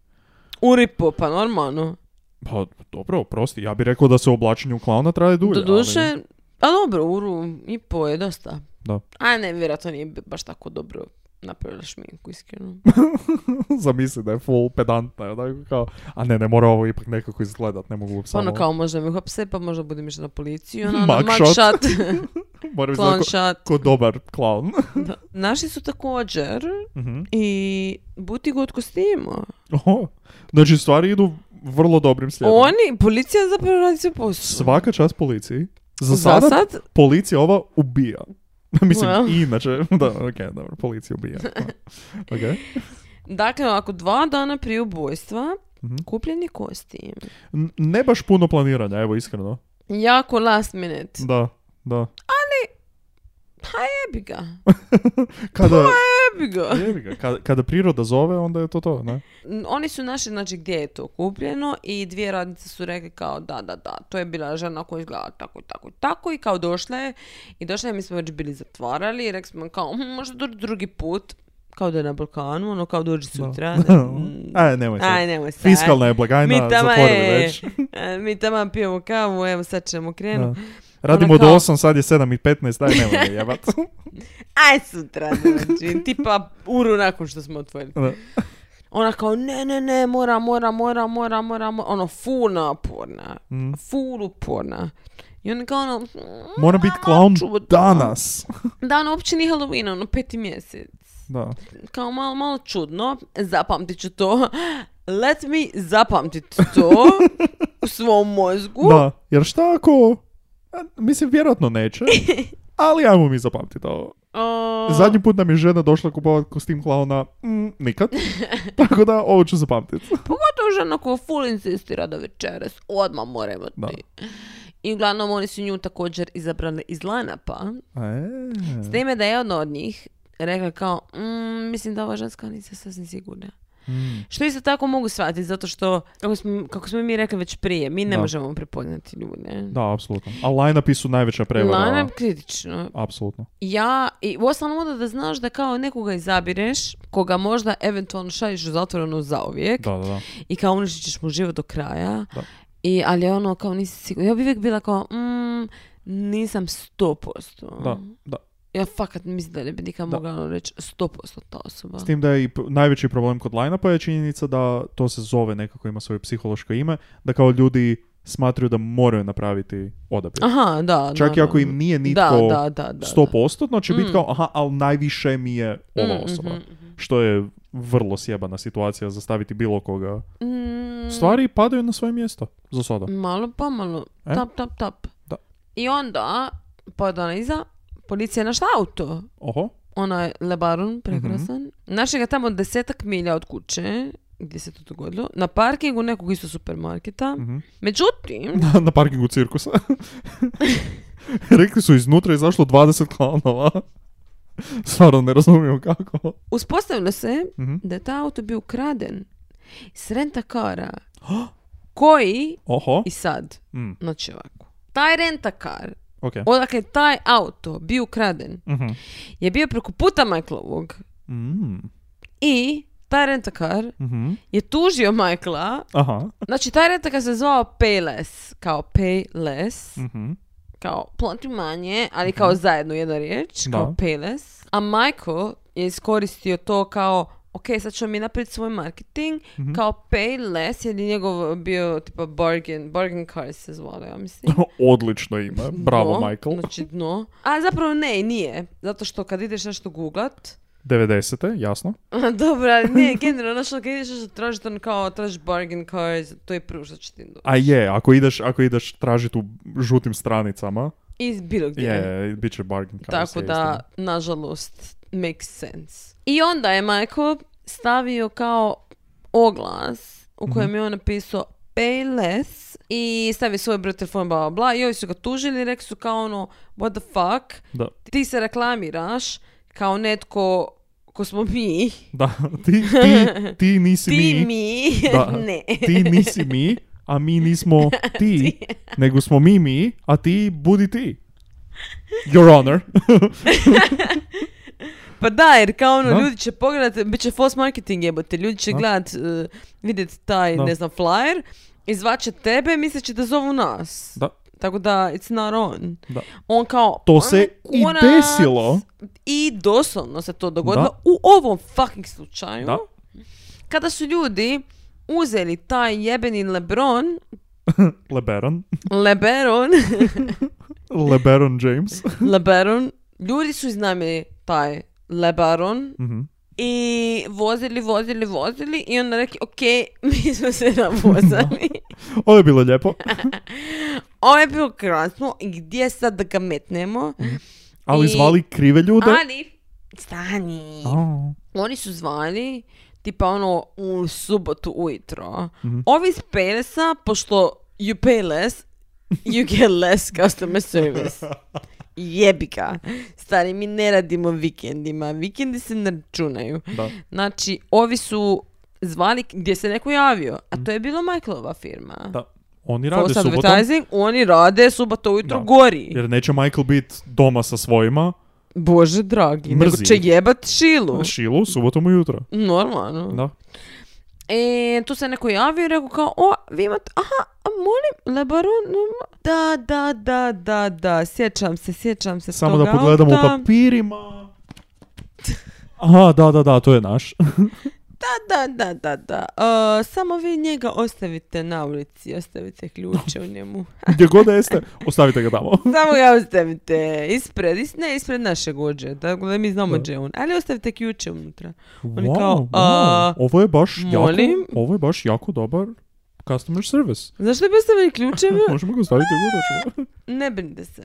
Uri po, pa normalno.
Pa dobro, prosti, ja bih rekao da se oblačenje u klauna traje dulje.
Doduše,
ali-
a dobro, uru i po je dosta.
Da.
A ne, vjerojatno nije baš tako dobro napravila šminku, iskreno.
Zamisli da je full pedantna, onako kao, a ne, ne mora ovo ipak nekako izgledat, ne mogu
Pa
samo...
ono kao možda me hapse, pa možda budem išla na policiju. Ono, ono,
Mug
mug
shot.
shot,
mora
clown
izgledat ko,
shot.
ko dobar clown.
Da. Našli su također
Mhm.
i butigu od kostima.
Oho. Znači, stvari idu vrlo dobrim slijedom.
Oni, policija zapravo radi svoj posao.
Svaka čast policiji. Za,
Za
sada
sad?
policija ova ubija. Mislim,
Well.
i inače, da, ok, dobro, policija ubija. Ok.
Dakle, ako dva dana prije ubojstva,
Mhm.
kupljeni kostim.
N- Ne baš puno planiranja, evo, iskreno.
Jako last minute.
Da, da.
Jebi ga. Pa
Kada,
Jebi ga.
jebi ga, kada, kada priroda zove, onda je to to, ne?
N- Oni su našli znači gdje je to kupljeno i dvije radnice su rekli kao da, da, da, to je bila žena koja izgleda tako, tako, tako i kao došla je i došla je, mi smo već bili zatvarali i rekli smo kao "Hm, možda dođi drugi put, kao da je na Balkanu, ono kao dođi sutra. ne- mm,
Aj, nemoj sad.
Aj, nemoj sad.
Fiskalna je blagajna,
Mi tamo,
zatvorili
e,
već.
e, mi tamo pijemo kavu, evo sad ćemo krenuti.
Da. Radimo
Ono kao-
do 8, sad je 7 i 15, daj nemoj me jebat.
Aj sutra, znači, tipa uru nakon što smo otvorili.
Da.
Ona kao, ne, ne, ne, mora, mora, mora, mora, mora, mora. ono, full naporna,
Mm.
full uporna. I on kao, ono, "Mm,
Moram biti
mama,
clown
čudo."
danas.
Da, ono, uopće nije Halloween, ono, peti mjesec.
Da.
Kao malo, malo čudno, zapamtit ću to. Let me zapamtit to u svom mozgu.
Da, jer šta ako... a, Mislim, vjerojatno neće, ali ajmo mi zapamtiti ovo.
O,
Zadnji put nam je žena došla kupovat kostim klauna, mm, nikad. Tako da ovo ću zapamtiti.
Pogotovo žena koja full insistira da večeras odmah mora imati.
Da.
I uglavnom oni su nju također izabrali iz lanapa.
E.
S time da je jedna od njih rekla kao, "Mm, mislim da ova ženska nisam sasvim sigurna.
Mm.
Što isto tako mogu shvatiti, zato što, kako smo, kako smo mi rekli već prije, mi ne
Da.
možemo prepoznati ljude.
Da, apsolutno. A line-upi su najveća prevara.
Lana kritično.
Apsolutno.
Ja, i uostalom onda da znaš da kao nekoga izabireš, koga možda eventualno šalješ u zatvorenu zauvijek
Da, da, da.
i kao uništit ćeš mu život do kraja.
Da.
I, ali ono, kao nisi sigurna. Ja bi uvijek bila kao, mm, nisam sto posto.
Da, da.
Ja fakat mislim da ne bi nikad
Da.
mogla ono reći sto posto ta osoba.
S tim da je i p- najveći problem kod line-upa je činjenica da to se zove nekako, ima svoje psihološko ime, da kao ljudi smatraju da moraju napraviti odabir.
Aha, da.
Čak i
naravno.
ako im nije nitko
Da, da, da, da.
100%, će biti
Mm.
kao, aha, ali najviše mi je ova
Mm,
osoba.
mhm, mhm.
Što je vrlo sjebana situacija za staviti bilo koga.
Mm,
Stvari padaju na svoje mjesto, za sada.
Malo pomalo.
E?
Tap, tap, tap.
Da.
I onda, pa od analiza, policija je našla auto.
Oho,
Onaj
Mhm.
Lebaron, prekrasan. Našli ga tamo desetak milja od kuće, gdje se to dogodilo, na parkingu nekog isto supermarketa.
mhm.
Međutim,
na, na parkingu cirkusa. Rekli su iznutra je izašlo 20 klanova. Stvarno ne razumijem kako.
Uspostavilo se
Mhm.
da je taj auto bio ukraden s renta kara koji
Oho.
i sad,
Mm,
znači ovako, taj renta kar,
ok.
odakle je taj auto bio ukraden,
Mhm.
je bio preko puta Michaelovog
Mm,
i taj renta kar
mhm.
je tužio Michaela,
Aha.
znači taj renta kar se zvao Payless, kao Payless,
Mhm.
kao plati manje, ali kao zajedno jedna riječ,
Da.
kao Payless. A Michael je iskoristio to kao, ok, sad ćemo mi napraviti svoj marketing,
Mhm.
kao Payless, jer je njegov bio tipa bargain, bargain cars se zvalo, ja mislim.
Odlično ime. Bravo,
Dno,
Michael.
Znači dno. A zapravo ne, nije. Zato što kad ideš nešto googlat,
90. jasno.
dobro, ali ne, generalno, što kad ideš nešto tražiti, on kao tražiš bargain cars, to je prvo što će ti doći.
A je, ako ideš, ako ideš tražiti u žutim stranicama,
Iz bilo gdje.
je, je, bit će bargain cars.
Tako
je
da,
istina.
nažalost, makes sense. I onda je Michael stavio kao oglas u
Mhm.
kojem je on napisao Payless i stavio svoj broj telefon, bla, bla, bla. I ovi su ga tužili i rekli su kao ono, what the fuck,
Da.
ti se reklamiraš kao netko ko smo mi,
Da, ti, ti, ti nisi
ti mi,
mi, Da.
ne.
ti nisi mi, a mi nismo ti, nego smo mi mi, a ti budi ti. Your honor.
Pa da, jer kao ono,
Da.
ljudi će pogledat, bit će false marketing jebote, ljudi će
Da.
gledat, eh, vidjet taj,
Da.
ne znam, flyer, i zvaće tebe, misleći da zovu nas.
Da.
Tako da, it's not on.
Da.
On kao...
To se
"Ono,
i
kurac."
desilo.
I doslovno se to dogodilo
Da.
u ovom fucking slučaju.
Da.
Kada su ljudi uzeli taj jebeni Lebron,
Leberon.
Leberon,
Leberon James.
Lebaron, ljudi su iznajmili taj Lebaron
Mhm.
i vozili, vozili, vozili i onda rekli, ok, mi smo se navozali.
Ovo je bilo lijepo.
Ovo je bilo krasno i gdje sad da ga metnemo?
Ali
I-
zvali krive ljude.
Ali, stani.
A.
Oni su zvali, tipa ono, u subotu ujutro.
Mhm.
Ovi iz Pelesa, pošto you pay less, you get less customer service. Jebi ga. Stari, mi ne radimo vikendima. Vikendi se ne računaju.
Da.
Znači, ovi su zvali gdje se neko javio. A to je bilo Michaelova firma.
Mhm. Da. Oni rade
False
subotom,
advertising, oni rade subota ujutro
Da.
gori.
jer neće Michael bit doma sa svojima,
Bože dragi, nego
Mrzi
će
ih.
jebat šilu.
šilu, subotom ujutro.
Normalno.
Da.
E, tu se neko javio i rekao kao, o, vi imate, aha, a molim, Le Baron, um, da, da, da, da, da, sjećam se, sjećam se
Samo
tog
da pogledamo u
auta.
papirima. Aha, da, da, da, to je naš.
Pa Da, da, da, da, da. E, samo vi njega ostavite na ulici, ostavite ključe u njemu.
Gdje god da jeste, ostavite ga tamo.
Samo ga ostavite ispred, is- ne ispred našeg ođe, tako da mi znamo
Da.
gdje je on, ali ostavite ključe unutra. Oni
Wow,
kao,
wow,
a,
ovo je baš
molim?
jako, ovo je baš jako dobar customer service.
Zašto bi ostavili ključeve?
Možemo ga ostaviti gdje hoćemo.
Ne brinite se.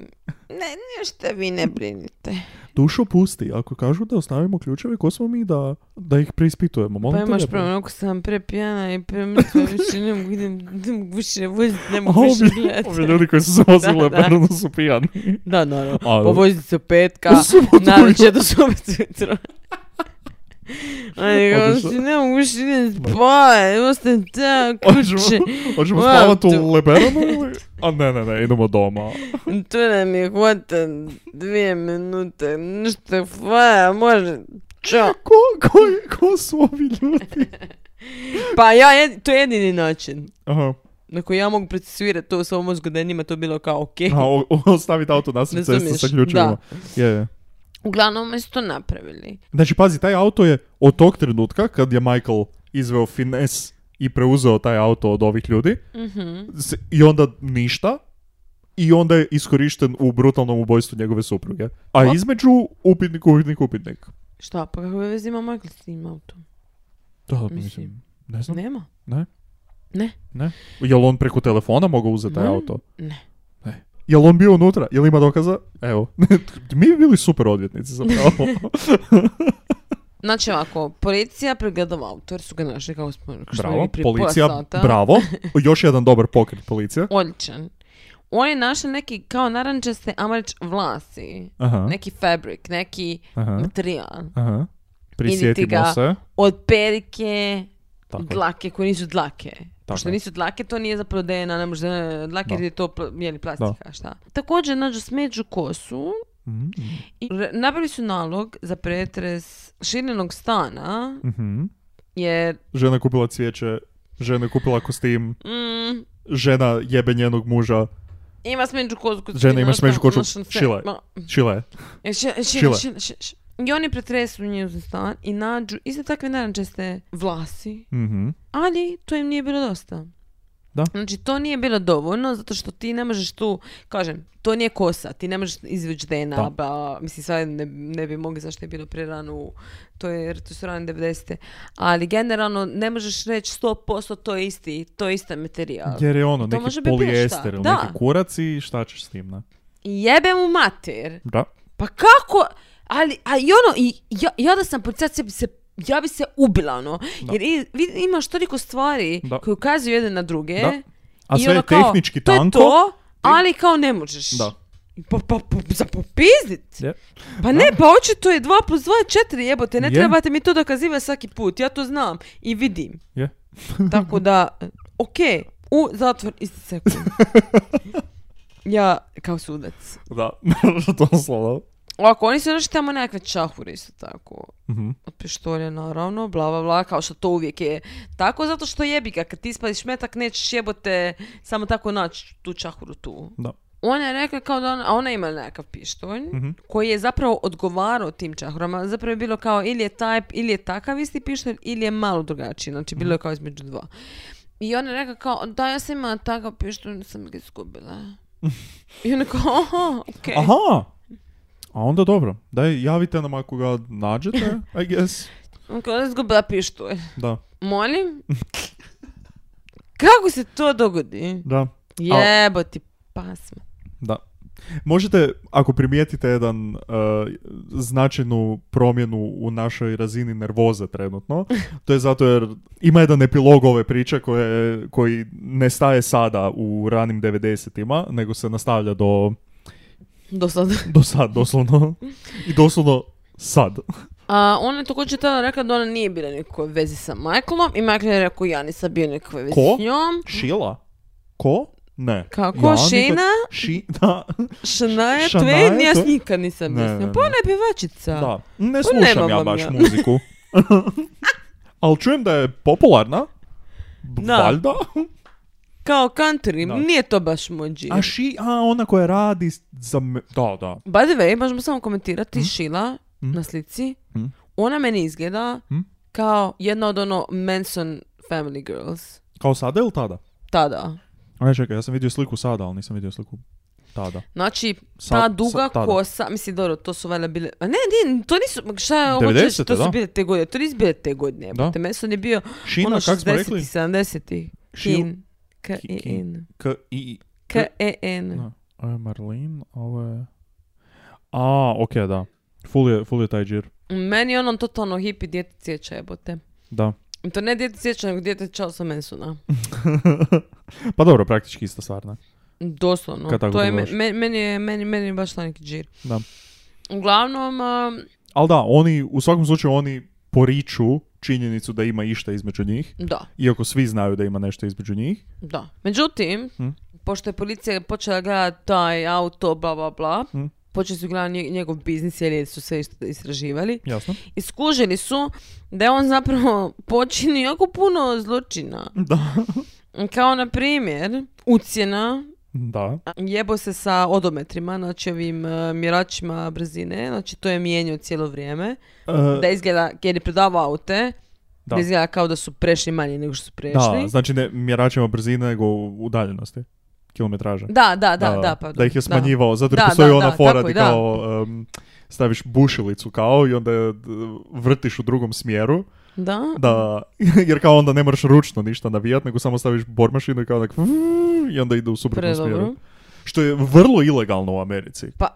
Ne, ništa vi ne brinite.
Dušo pusti, ako kažu da ostavimo ključeve, ko smo mi da, da ih preispitujemo? Molim
Pa
te
imaš
lijepo.
pravo, onako sam prepijana i premrtva, više ne mogu, ne mogu- ne mogu više voziti, ne
A
mogu više
ovi, ovi
gledati.
ljudi koji su se vozili
Da, da.
Leberonu su pijani.
Da, naravno.
A,
Povozi se petka,
Subotu
na večer do sobe ujutro. Ali kao
Odlično.
što ne mogu više ne spavati, ostajem tako kuće.
Hoćemo, hoćemo
Wow,
spavat
tu.
u Leberonu ili... A ne, ne, ne, idemo doma.
Tu nam je hvata dvije minute, ništa hvala, može. Ćao.
Ko, ko, ko su ovi ljudi?
Pa ja, jed- to je jedini način.
Aha,
Na koji ja mogu procesuirati to u svom mozgu da je njima to bilo kao okej.
a, o, o, ostaviti auto nasred ceste
Razumiješ,
sa ključevima. Je, je.
Uglavnom, oni su to napravili.
Znači, pazi, taj auto je od tog trenutka kad je Michael izveo fines i preuzeo taj auto od ovih ljudi
Mm-hmm.
se- i onda ništa i onda je iskorišten u brutalnom ubojstvu njegove supruge. A
Pa-
između upitnik, upitnik, upitnik.
Šta, pa kakve veze ima Michael s tim autom?
Da,
Mislim,
mislim, ne znam.
Nema.
Ne.
Ne.
Ne. Jel on preko telefona mogao uzeti taj
Ne.
auto?
Mm, Ne.
Ne. Jel on bio unutra? Jel ima dokaza? Evo. Mi bi bili super odvjetnici zapravo.
Znači ovako, policija pregledava auto jer su ga našli kao smo rekli, što smo
bravo.
rekli prije pola
Policija,
sata.
bravo. Još jedan dobar pokret policija.
Odličan. on je našao neki kao narančaste, ajmo reći, vlasi.
Aha.
Neki fabric, neki
Aha.
materijal.
Aha.
Ili ti
Prisjetimo
ga
se.
od perike
Tako je.
dlake koje nisu dlake. Pošto
je.
nisu dlake, to nije zapravo DNA, ne može da- dlake
Da.
jer je to pl- je li, plastika, šta. Također nađu smeđu kosu
Mhm.
i re- napravili su nalog za pretres širinog stana,
Mhm.
jer
Žena je kupila cvijeće, žena je kupila kostim,
mm,
žena jebe njenog muža,
ima smeđu kosu. koju su
Žena
ti
ima
našla-
smeđu kosu,
našla se-
šila je.
ono Ma-
čile.
E, ši- e, šila,
Šila.
šila, šila, šila. I oni pretresu njezin stan i nađu iste takve narančaste vlasi,
Mhm.
ali to im nije bilo dosta.
Da.
Znači, to nije bilo dovoljno, zato što ti ne možeš tu, kažem, to nije kosa, ti ne možeš izvući DNA,
Da.
ba, mislim, sve ne, ne bi mogli zašto je bilo prerano, u- to je, jer to su rane 90. Ali generalno ne možeš reći 100% to je isti, to je isti materijal.
Jer je ono,
To može
neki
biti bilo šta.
polijester ili
Da.
neki kurac i šta ćeš s tim, ne?
Jebe mu mater!
Da.
Pa kako? Ali, a i ono, i ja, ja da sam policajac, ja bi se, ja bi se ubila, ono.
Da.
Jer i- vid- imaš toliko stvari
Da.
koje ukazuju jedne na druge.
Da. A
I
sve
ono
je
kao,
tehnički
to je
tanko.
to, ali kao ne možeš.
Da.
Pa, pa, pa, za popizdit.
Je.
Pa ne, pa očito je 2 plus 2 je 4, jebote, ne
Je.
trebate mi to dokazivati svaki put, ja to znam i vidim.
Je.
Tako da, ok, u zatvor isti sekund. Ja, kao sudac.
Da, doslovno.
Ovako, oni su našli tamo nekakve čahure isto tako.
Mhm.
Od pištolja, naravno, bla, bla, bla, kao što to uvijek je tako, zato što jebi ga, kad ti ispadiš metak, nećeš jebote samo tako naći tu čahuru tu.
Da.
Ona je rekla kao da ona, a ona ima nekakav pištolj,
Mhm.
koji je zapravo odgovarao tim čahurama, zapravo je bilo kao ili je taj, ili je takav isti pištolj, ili je malo drugačiji, znači bilo je
Mhm.
kao između dva. I ona je rekla kao, da, ja sam imala takav pištolj, nisam ga izgubila. I ona kao, aha,
E.
okej.
Aha! A onda dobro, daj javite nam ako ga nađete, I guess.
Ona kao, "Ja sam izgubila pištolj.
Da,
Molim? Kako se to dogodi?
da,
Jebo ti pasma.
da. Možete, ako primijetite jedan uh, značajnu promjenu u našoj razini nervoze trenutno, to je zato jer ima jedan epilog ove priče koje, koji ne staje sada u ranim 90-ima, nego se nastavlja do,
Do sada.
do sad, doslovno. I doslovno sad.
A ona je također tada rekla da ona nije bila u nikakvoj vezi sa Michaelom i Michael je rekao ja nisam bio u nikakvoj vezi
Ko?
s njom.
Šila? Ko? Ne.
Kako?
nikad-
Šina?
Ši... Da.
Shania
Shania
Twain, ja s
Twain?
nikad nisam
Ne,
mislila.
ne, ne.
Pa ona je pjevačica.
Da, ne
Pa nema
slušam ja
vam
baš
ja.
muziku. Ali čujem da je popularna. B-
Da.
Valjda.
Kao country,
Da.
nije to baš moj džir.
A ši, a ona koja radi s- za me... Da, da.
By the way, možemo samo komentirati, Šila na slici,
Mm.
ona meni izgleda kao jedna od ono Manson Family Girls.
Kao sada ili tada?
Tada.
Aj, čekaj, ja sam vidio sliku sada, ali nisam vidio sliku tada.
Znači,
Sad-
ta
sad-
duga
tada.
kosa, mislim, dobro, to su valjda bile... A ne, ne, to nisu, ma šta je ovo
90-te,
to su
da.
bile te godine, to nisu bile te godine,
Da.
da. Manson je bio
Šina,
ono
kak smo
60-ih,
rekli?
70-ih.
Šil-
Kin. E
Ki-
K-E-N.
K, i,
E
K- E
K-E-N.
Da. ovo je Marlin, ovo je... A, okej, da. Full je, full je taj džir.
Meni je ono totalno hippie djete cvijeća jebote.
Da.
I To ne djete cvijeća, nego djete Charlesa Mansona.
pa dobro, praktički ista stvar, ne?
Doslovno.
Kad tako
To je, me-
pogledaš.
me- meni, je, meni, meni je baš taj neki džir.
Da.
Uglavnom, a,
Ali da, oni, u svakom slučaju oni poriču činjenicu da ima išta između njih,
da,
iako svi znaju da ima nešto između njih.
da. Međutim,
Mm.
pošto je policija počela gledati taj auto, bla, bla, bla,
Mm.
počeli su gledati nje- njegov biznis, jer su sve ist- istraživali.
Jasno.
I skužili su da je on zapravo počinio jako puno zločina.
Da.
Kao, na primjer, ucjena,
Da.
jebo se sa odometrima, znači ovim e, mjeračima brzine, znači to je mijenjao cijelo vrijeme.
E,
da izgleda, jer je prodavao aute, da.
Da.
izgleda kao da su prešli manje nego što su prešli.
da, znači ne mjeračima brzine nego udaljenosti, kilometraže.
Da, da, da, da, pa
da ih je smanjivao, zato
Da,
jer postoji
da,
ona
da,
fora
tako je,
di
da.
kao em, staviš bušilicu kao i onda je d- vrtiš u drugom smjeru,
Da?
da, jer kao onda ne moraš ručno ništa navijat, nego samo staviš bormašinu i kao onak vrrr, i onda ide u suprotnom
Predobro.
smjeru. Što je vrlo ilegalno u Americi.
Pa,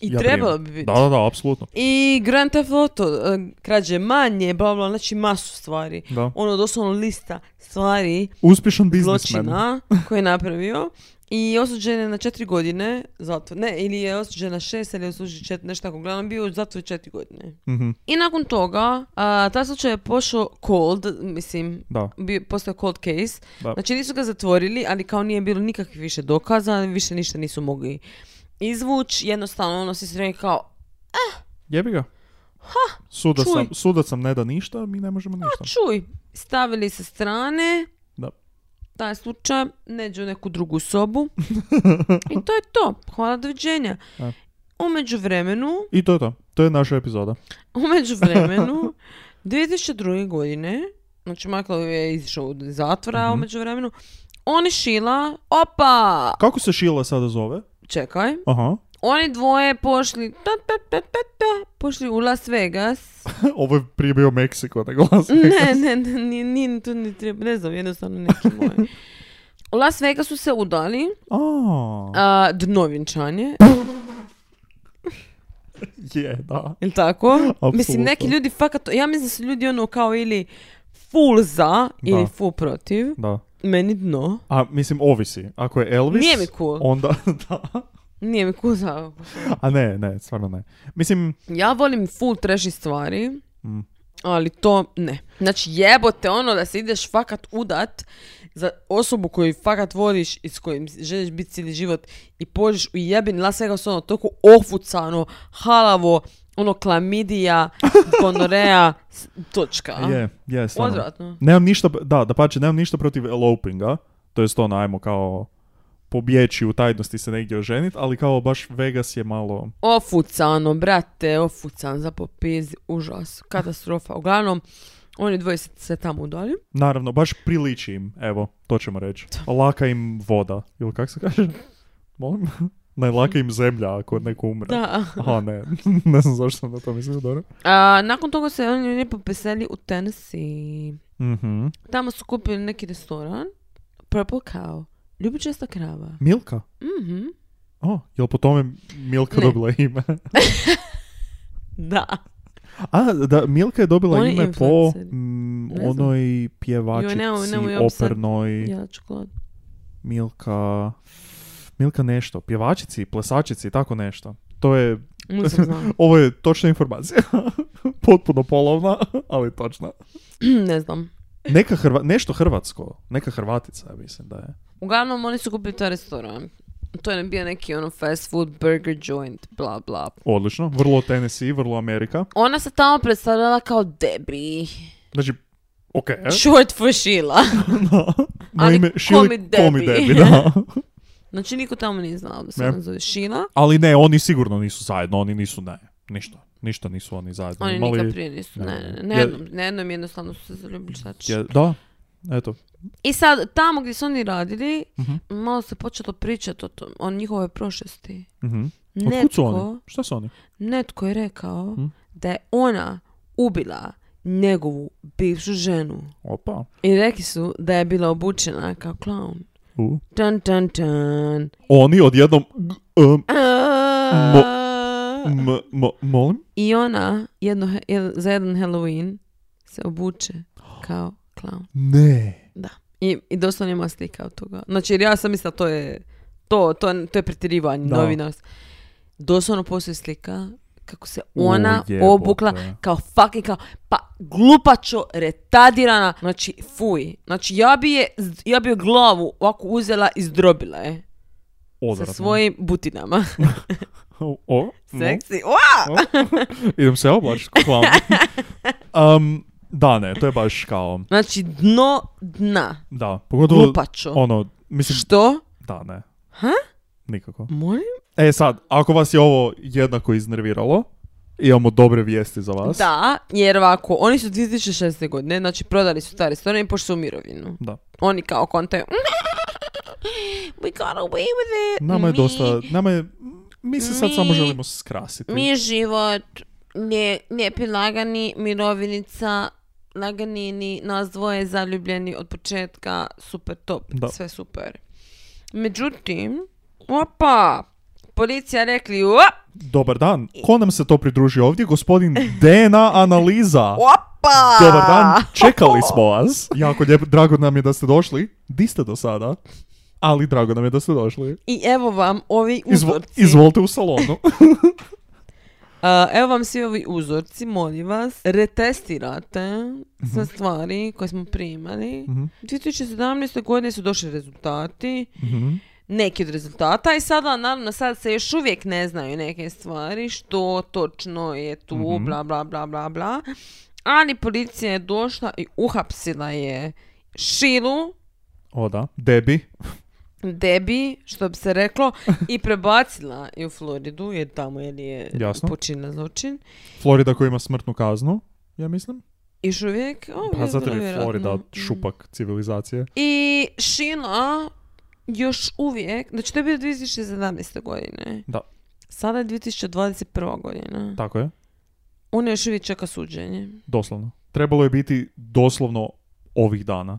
i
Ja
trebalo
primam.
bi biti.
Da, da, da, apsolutno.
I Grand Theft Auto, e, krađe manje, bla, bla, znači masu stvari.
Da.
Ono, doslovno lista stvari,
Uspješan biznismen.
zločina koje je napravio. I osuđen je na četiri godine zatvor. Ne, ili je osuđen na šest ili je osuđen četiri, nešto tako. Uglavnom bio je u zatvoru četiri godine.
Mhm,
I nakon toga, a, taj slučaj je pošao cold, mislim,
da.
bio, postao cold case.
Da.
Znači nisu ga zatvorili, ali kao nije bilo nikakvih više dokaza, više ništa nisu mogli izvući. Jednostavno, ono, svi su rekli kao,
Jebi ga. Ha, sudac,
čuj. Znači.
sam, sudac sam ne da ništa, mi ne možemo ništa.
čuj, stavili sa strane
Da.
taj slučaj, neđe u neku drugu sobu. I to je to. Hvala, doviđenja.
Da.
U međuvremenu,
I to je to. To je naša epizoda.
u međuvremenu, 2002. godine, znači Michael je izišao iz zatvora u
Mhm.
međuvremenu, on je Šila, opa,
Kako se Šila sada zove?
čekaj,
Aha.
oni dvoje pošli, ta, ta, ta, ta, ta, pošli u Las Vegas.
Ovo je prije bio Meksiko, nego Las Vegas.
Ne, ne, ne, ni, ni, tu ni treba, ne znam, jednostavno neki moj. U Las Vegasu se udali,
A,
a, dnovinčan je,
je, da.
Jel tako? Mislim, neki
Apsolutno.
ljudi fakat, ja mislim da su ljudi ono kao ili full za ili
Da.
full protiv.
Da.
Meni dno.
A, mislim, ovisi. Ako je Elvis,
Nije mi cool.
onda, da.
Nije mi cool za...
A ne, ne, stvarno ne. Mislim,
Ja volim full trashy stvari,
Mm.
ali to ne. Znači jebote ono da se ideš fakat udat za osobu koju fakat voliš i s kojim želiš biti cijeli život i pođeš u jebeni Las Vegas ono toliko ofucano, halavo, ono klamidija, gonoreja, s- točka.
je, je, stvarno.
Odvratno.
Nemam ništa, da, da pače, nemam ništa protiv elopinga, to jest ono, ajmo kao pobjeći u tajnosti se negdje oženit, ali kao baš Vegas je malo...
Ofucano, brate, ofucan za popiz, užas, katastrofa. Uglavnom, oni dvoje se, se tamo udali.
Naravno, baš priliči im, evo, to ćemo reći. Laka im voda, ili kak se kaže? Molim? Ne, laka im zemlja ako neko umre.
Da.
Aha, ne, ne znam zašto sam na to mislio, dobro.
A, nakon toga se oni lijepo peseli u Tennessee.
Mhm.
Tamo su kupili neki restoran, Purple Cow, ljubičasta krava.
Milka?
Mhm.
O, jel po tome Milka
Ne.
dobila ime?
Da.
A, da, Milka je dobila
On je
ime po
influencer.
mm,
Ne znam.
onoj
Joj,
pjevačici
nemoj- nemoj opsat.
opernoj.
Ja ću glad.
Milka... Milka nešto, pjevačici, plesačici, tako nešto. To je,
Nisam znala.
ovo je točna informacija. Potpuno polovna, ali točna.
ne znam.
Neka Hrva, nešto hrvatsko, neka Hrvatica, ja mislim da je.
Uglavnom, oni su kupili taj restoran. To je bio neki ono fast food burger joint, bla bla.
Odlično, vrlo Tennessee, vrlo Amerika.
Ona se tamo predstavljala kao Debbie.
Znači, ok.
Short for Sheila.
da.
Ali
Naime,
komi
Shirley
Debbie.
Komi Debbie, da.
Znači niko tamo nije znao da se
Ne.
ona zove Šila.
Ali ne, oni sigurno nisu zajedno, oni nisu, ne, ništa. Ništa nisu oni zajedno
Oni
imali.
nikad prije nisu. Ne, ne, ne. Na
Ja-
jednom, na jednom jednostavno su se zaljubili. šta ćeš.
Je- da, eto.
I sad, tamo gdje su oni radili,
Mhm.
malo se počelo pričati o, tom, o njihovoj prošlosti.
Mhm. Od kud su
Netko,
oni? Šta su oni?
netko je rekao
Mhm.
da je ona ubila njegovu bivšu ženu.
Opa.
I rekli su da je bila obučena kao klaun.
U.
Tan, tan, tan.
Oni odjednom... g- um,
A-
m- mo- molim?
I ona jedno, he- jed- za jedan Halloween se obuče kao klaun.
Ne.
I, i doslovno ima slika od toga. Znači, jer ja sam mislila to je, to, to, to je pretjerivanje
Da.
novinarstva. Doslovno postoji slika kako se ona
U, jebote.
obukla kao fucking kao, pa glupačo retadirana, znači fuj. Znači ja bi je, ja bi joj glavu ovako uzela i zdrobila je
Odvratno. Mhm.
sa svojim butinama.
O, o, mo-
Seksi. Ua!
Idem se oblač, klam. um, da, ne, to je baš kao...
Znači dno dna.
Da, pogotovo...
Glupačo.
Ono, mislim,
Što?
da, ne.
Ha?
Nikako.
Molim?
E sad, ako vas je ovo jednako iznerviralo, imamo dobre vijesti za vas.
Da, jer ovako, oni su 2006. godine, znači prodali su taj restoran i pošli su u mirovinu.
Da.
Oni kao kontaju, we got away with it.
Nama je
Mi-
dosta, nama je, mi se sad samo
mi-
želimo skrasiti.
Mi je život, lije, lijepi lagani, mirovinica, laganini, nas dvoje zaljubljeni od početka, super top,
Da.
sve super. Međutim, opa, policija rekli, op,
Dobar dan, ko nam se to pridruži ovdje? Gospodin DNA analiza.
opa,
Dobar dan, čekali smo vas. Jako lijepo, drago nam je da ste došli. Di ste do sada? Ali drago nam je da ste došli.
I evo vam ovi
Izvo,
uzorci.
izvolite u salonu.
A, evo vam svi ovi uzorci, molim vas. Retestirate sve stvari koje smo primali.
Mhm.
2017. godine su došli rezultati.
Mhm.
neki od rezultata i sada naravno sad se još uvijek ne znaju neke stvari što točno je tu
Mhm.
bla bla bla bla bla ali policija je došla i uhapsila je Šilu
O da, Debi.
Debi, što bi se reklo, i prebacila je u Floridu, jer tamo je, je
Jasno.
počinila zločin.
Florida koja ima smrtnu kaznu, ja mislim.
Još uvijek... o,
Pa zato jer je
vjerojatno. Mm. Mhm.
Florida šupak civilizacije.
I Šila još uvijek, znači to je bio 2017. godine.
Da.
Sada je 2021. godina.
Tako je,
Ona još uvijek čeka suđenje.
doslovno. Trebalo je biti doslovno ovih dana.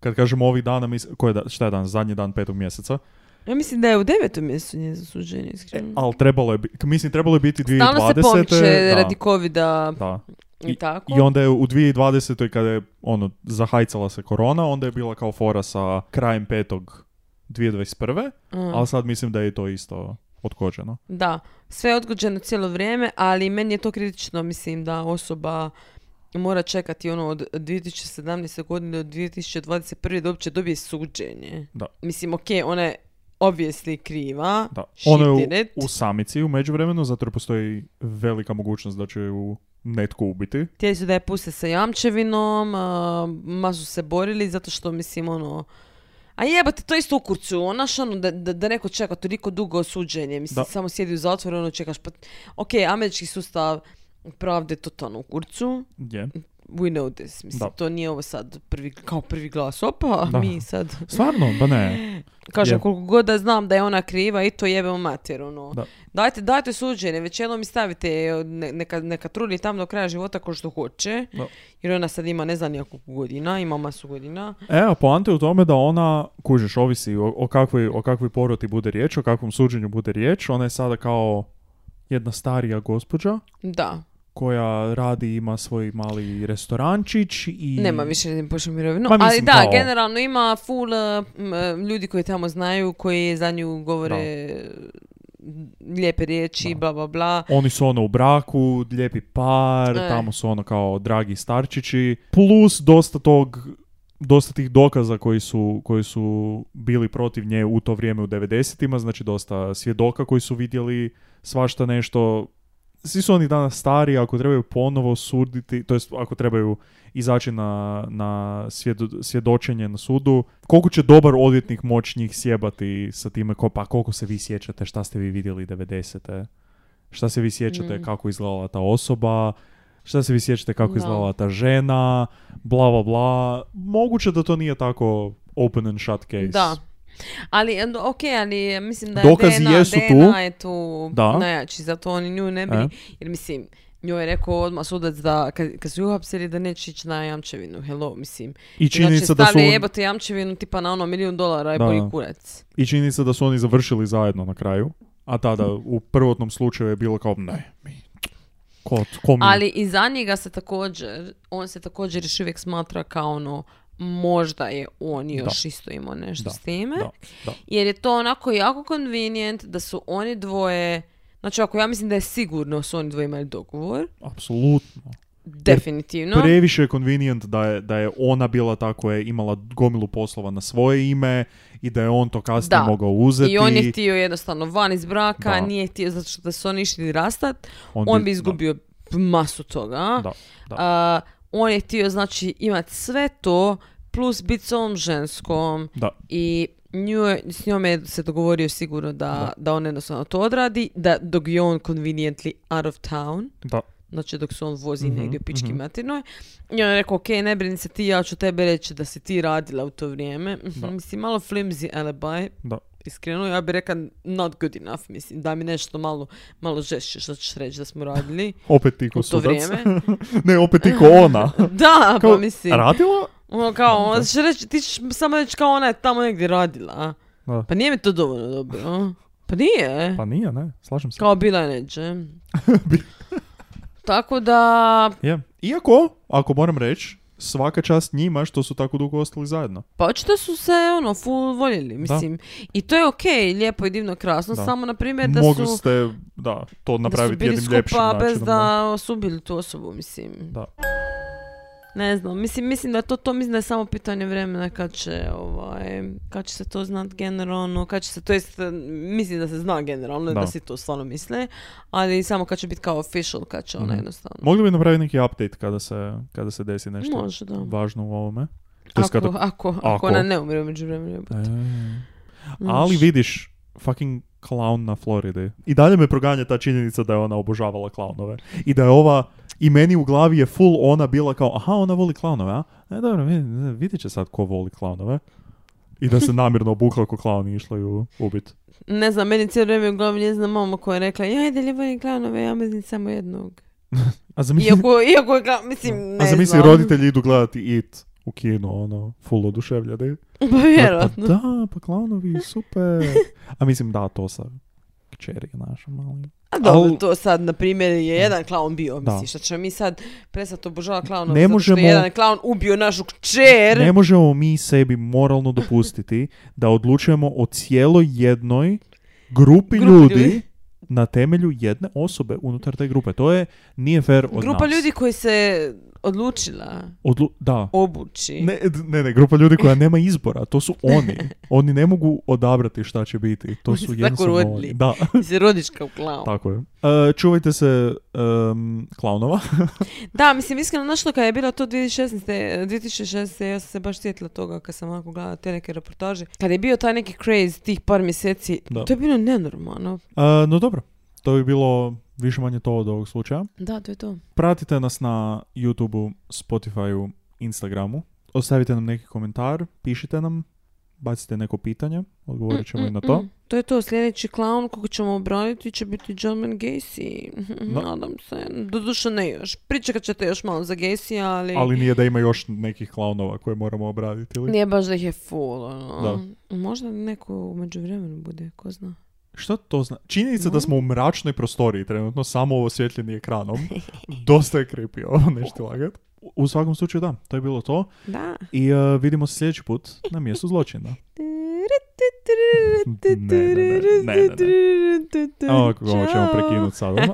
Kad kažemo ovih dana, mis... koje da... šta je dan? Zadnji dan petog mjeseca.
Ja mislim da je u devetom mjesecu njezino suđenje, iskreno.
Ali trebalo je biti, mislim, trebalo je biti 2020.
Stalno se pomiče
E, da,
radi covida
da.
i, tako.
I onda je u 2020. kada je ono, zahajcala se korona, onda je bila kao fora sa krajem petog 2021.
Mm,
Ali sad mislim da je i to isto otkođeno.
Da, sve je odgođeno cijelo vrijeme, ali meni je to kritično, mislim, da osoba mora čekati ono od 2017. godine do 2021. da uopće dobije suđenje.
Da.
Mislim, ok, ona je obvijesli kriva.
Da.
Shit
Ono
in
je
it.
u, u samici u međuvremenu, zato jer postoji velika mogućnost da će ju netko ubiti.
Htjeli su da je puste sa jamčevinom, a, ma su se borili zato što, mislim, ono... A jebate, to je isto u kurcu, onaš, ono, da, da, da neko čeka toliko dugo suđenje, mislim,
Da.
samo sjedi u zatvoru, ono, čekaš, pa... Ok, američki sustav pravde je totalno u kurcu,
Je.
we know this, mislim,
Da.
to nije ovo sad prvi, kao prvi glas, opa,
Da.
mi sad,
Stvarno, ba ne.
kažem,
Je.
koliko god da znam da je ona kriva i to jebemo mater, ono.
Da.
Dajte, dajte suđenje, već jednom mi stavite e, ne- neka, neka trulji tam do kraja života ko što hoće.
Da.
Jer ona sad ima ne znam nekoliko godina, ima masu godina.
E, a poanta je u tome da ona, kužiš, ovisi o, o, kakvoj, o kakvoj poroti bude riječ, o kakvom suđenju bude riječ. Ona je sada kao jedna starija gospođa
Da,
koja radi, ima svoj mali restorančić i...
nema više ni počnu mirovinu.
Ma,
Ali
mislim, pa
da,
kao-
generalno ima full eh, m, eh, ljudi koji tamo znaju, koji za nju govore eh, lijepe riječi, bla bla bla.
Oni su ono u braku, lijepi par,
E.
tamo su ono kao dragi starčići, plus dosta tog dosta tih dokaza koji su, koji su bili protiv nje u to vrijeme u 90-ima, znači dosta svjedoka koji su vidjeli svašta nešto. Svi su oni danas stari, ako trebaju ponovo suditi, to jest ako trebaju izaći na, na svjedo- svjedočenje na sudu, koliko će dobar odvjetnik moć njih sjebati sa time, ko, pa koliko se vi sjećate, šta ste vi vidjeli 90-te, šta se vi sjećate
Mm.
kako je izgledala ta osoba, šta se vi sjećate kako je
Da.
izgledala ta žena, bla bla bla. Moguće da to nije tako open and shut case.
Da. Ali, eh, ok, ali mislim da
Dokazi
je DNA,
jesu tu.
DNA je tu
Da.
najjači, zato oni nju ne bi,
E.
jer mislim, njoj je rekao odmah sudac da, kad, kad su ju uhapsili, da neće ići na jamčevinu, hello, mislim.
I činjenica
znači,
da su
stavlja jebote jamčevinu tipa na ono milijun dolara i
Da.
boli kurac.
i činjenica da su oni završili zajedno na kraju, a tada
Mm.
u prvotnom slučaju je bilo kao ne, mi ko, ko mi
Ali i za njega se također, on se također još uvijek smatra kao ono, možda je on još isto imao nešto
Da.
s time.
da, da.
Jer je to onako jako convenient da su oni dvoje, znači ako ja mislim da je sigurno su oni dvoje imali dogovor,
Apsolutno.
definitivno.
Previše je convenient da je, da je ona bila ta koja je imala gomilu poslova na svoje ime i da je on to kasnije
Da.
mogao uzeti.
I on je htio jednostavno van iz braka,
Da.
nije htio zato što da su oni išli rastat,
On
on,
bi-
bi, izgubio masu toga.
Da, da.
A, on je htio znači imat sve to plus bit s ovom ženskom
Da.
i nju je- s njom je se dogovorio sigurno da, da. on jednostavno to odradi, da dok je on conveniently out of town,
Da.
znači dok se on vozi
Mhm,
negdje u pički
mhm.
materinoj. I on je rekao, ok, ne brini se ti, ja ću tebe reći da si ti radila u to vrijeme. Mhm,
Da.
Mislim, malo flimsy alibi,
Da.
iskreno, ja bih rekla not good enough, mislim, da mi nešto malo, malo žešće što ćeš reći da smo radili
Opet ti ko
u to
sudac.
vrijeme.
ne, opet ti ko ona.
Da,
Kao,
pa mislim.
radila?
Ono kao, ono ćeš reći, ti ćeš samo reći kao ona je tamo negdje radila. a?
Da.
Pa nije mi to dovoljno dobro. a? Pa nije.
Pa nije, ne, slažem se.
Kao bila je neđe. Tako da,
Je. Iako, ako moram reći, svaka čast njima što su tako dugo ostali zajedno.
Pa očito su se ono full voljeli, mislim. I to je okej, lijepo i divno krasno,
Da.
samo na primjer da
Mogli
su
ste, da, to
da su
napraviti
bili
jednim ljepšim
skupa
načinom.
bez da su bili tu osobu, mislim.
Da.
Ne znam, mislim, mislim da je to to, mislim da je samo pitanje vremena kad će, ovaj, kad će se to znat generalno, kad će se, to jest, mislim da se zna generalno, da,
Da.
svi to stvarno misle, ali samo kad će biti kao official, kad će ona
Mhm.
jednostavno.
Mogli bi napraviti neki update kada se, kada se desi nešto
Može, da.
važno u ovome. To jest
Ako,
kada...
ako, ako,
ako-
ona ne umre među vremenu.
E, ali vidiš, fucking clown na Floridi. I dalje me proganja ta činjenica da je ona obožavala klaunove. I da je ova, i meni u glavi je full ona bila kao, aha, ona voli klaunove, a? E, dobro, vidi, vidit će sad ko voli klaunove. I da se namjerno obukla ko klaun i išla ju ubit.
Ne znam, meni cijelo vrijeme u glavi njezina mama koja je rekla, ja ide ljevo i glavnove, ja mrzim samo jednog.
A zamisli,
Iako, iako je glavno, mislim, ne
a zamisli
znam.
roditelji idu gledati It u kino, ono, full oduševljeni.
Pa vjerojatno.
Pa da, pa klaunovi, super. A mislim, da, to sa kćeri naša mali.
A dobro,
Al-
to sad, na primjer, je jedan klaun bio.
Da.
Mislim, šta ćemo mi sad prestat obožava klaunova zato
Ne
što
možemo-
je jedan klaun ubio našu kćer.
Ne možemo mi sebi moralno dopustiti da odlučujemo o cijeloj jednoj grupi
Grupi ljudi.
ljudi na temelju jedne osobe unutar te grupe. To je, nije fair od
Grupa
nas.
ljudi koji se odlučila
Odlu- da.
obući.
Ne, d- ne, ne, grupa ljudi koja nema izbora, to su oni. Oni ne mogu odabrati šta će biti. To
Oni su
su
tako
jednostavno
rodili.
oni. Da,
Se rodiš kao klaun.
tako je. E, čuvajte se em, klaunova.
Da, mislim, iskreno, znaš što, kad je bilo to 2016. 2016. ja sam se baš sjetila toga kad sam onako gledala te neke reportaže. Kad je bio taj neki craze tih par mjeseci,
Da.
to je bilo nenormalno.
E, no dobro, to bi bilo više manje to od ovog slučaja.
Da, to je to.
Pratite nas na YouTubeu, Spotifyu, Instagramu. Ostavite nam neki komentar, pišite nam, bacite neko pitanje, odgovorit ćemo i na to.
Mm, To je to, sljedeći klaun koga ćemo obraniti će biti John Wayne Gacy.
Da.
Nadam se. Doduše ne još. Pričekat ćete još malo za Gacy, ali,
Ali nije da ima još nekih klaunova koje moramo obraditi. Ili?
nije baš da ih je full. ono. Možda neko u međuvremenu bude, ko zna.
Što to zna? Činjenica da smo u mračnoj prostoriji trenutno, samo osvjetljeni ekranom, dosta je creepy ovo, nešto lagat. U- U svakom slučaju da, to je bilo to.
Da.
I e, vidimo se sljedeći put na mjestu zločina. ne, ne, ne, ne, ne. A, kako ćemo prekinuti sad. ono?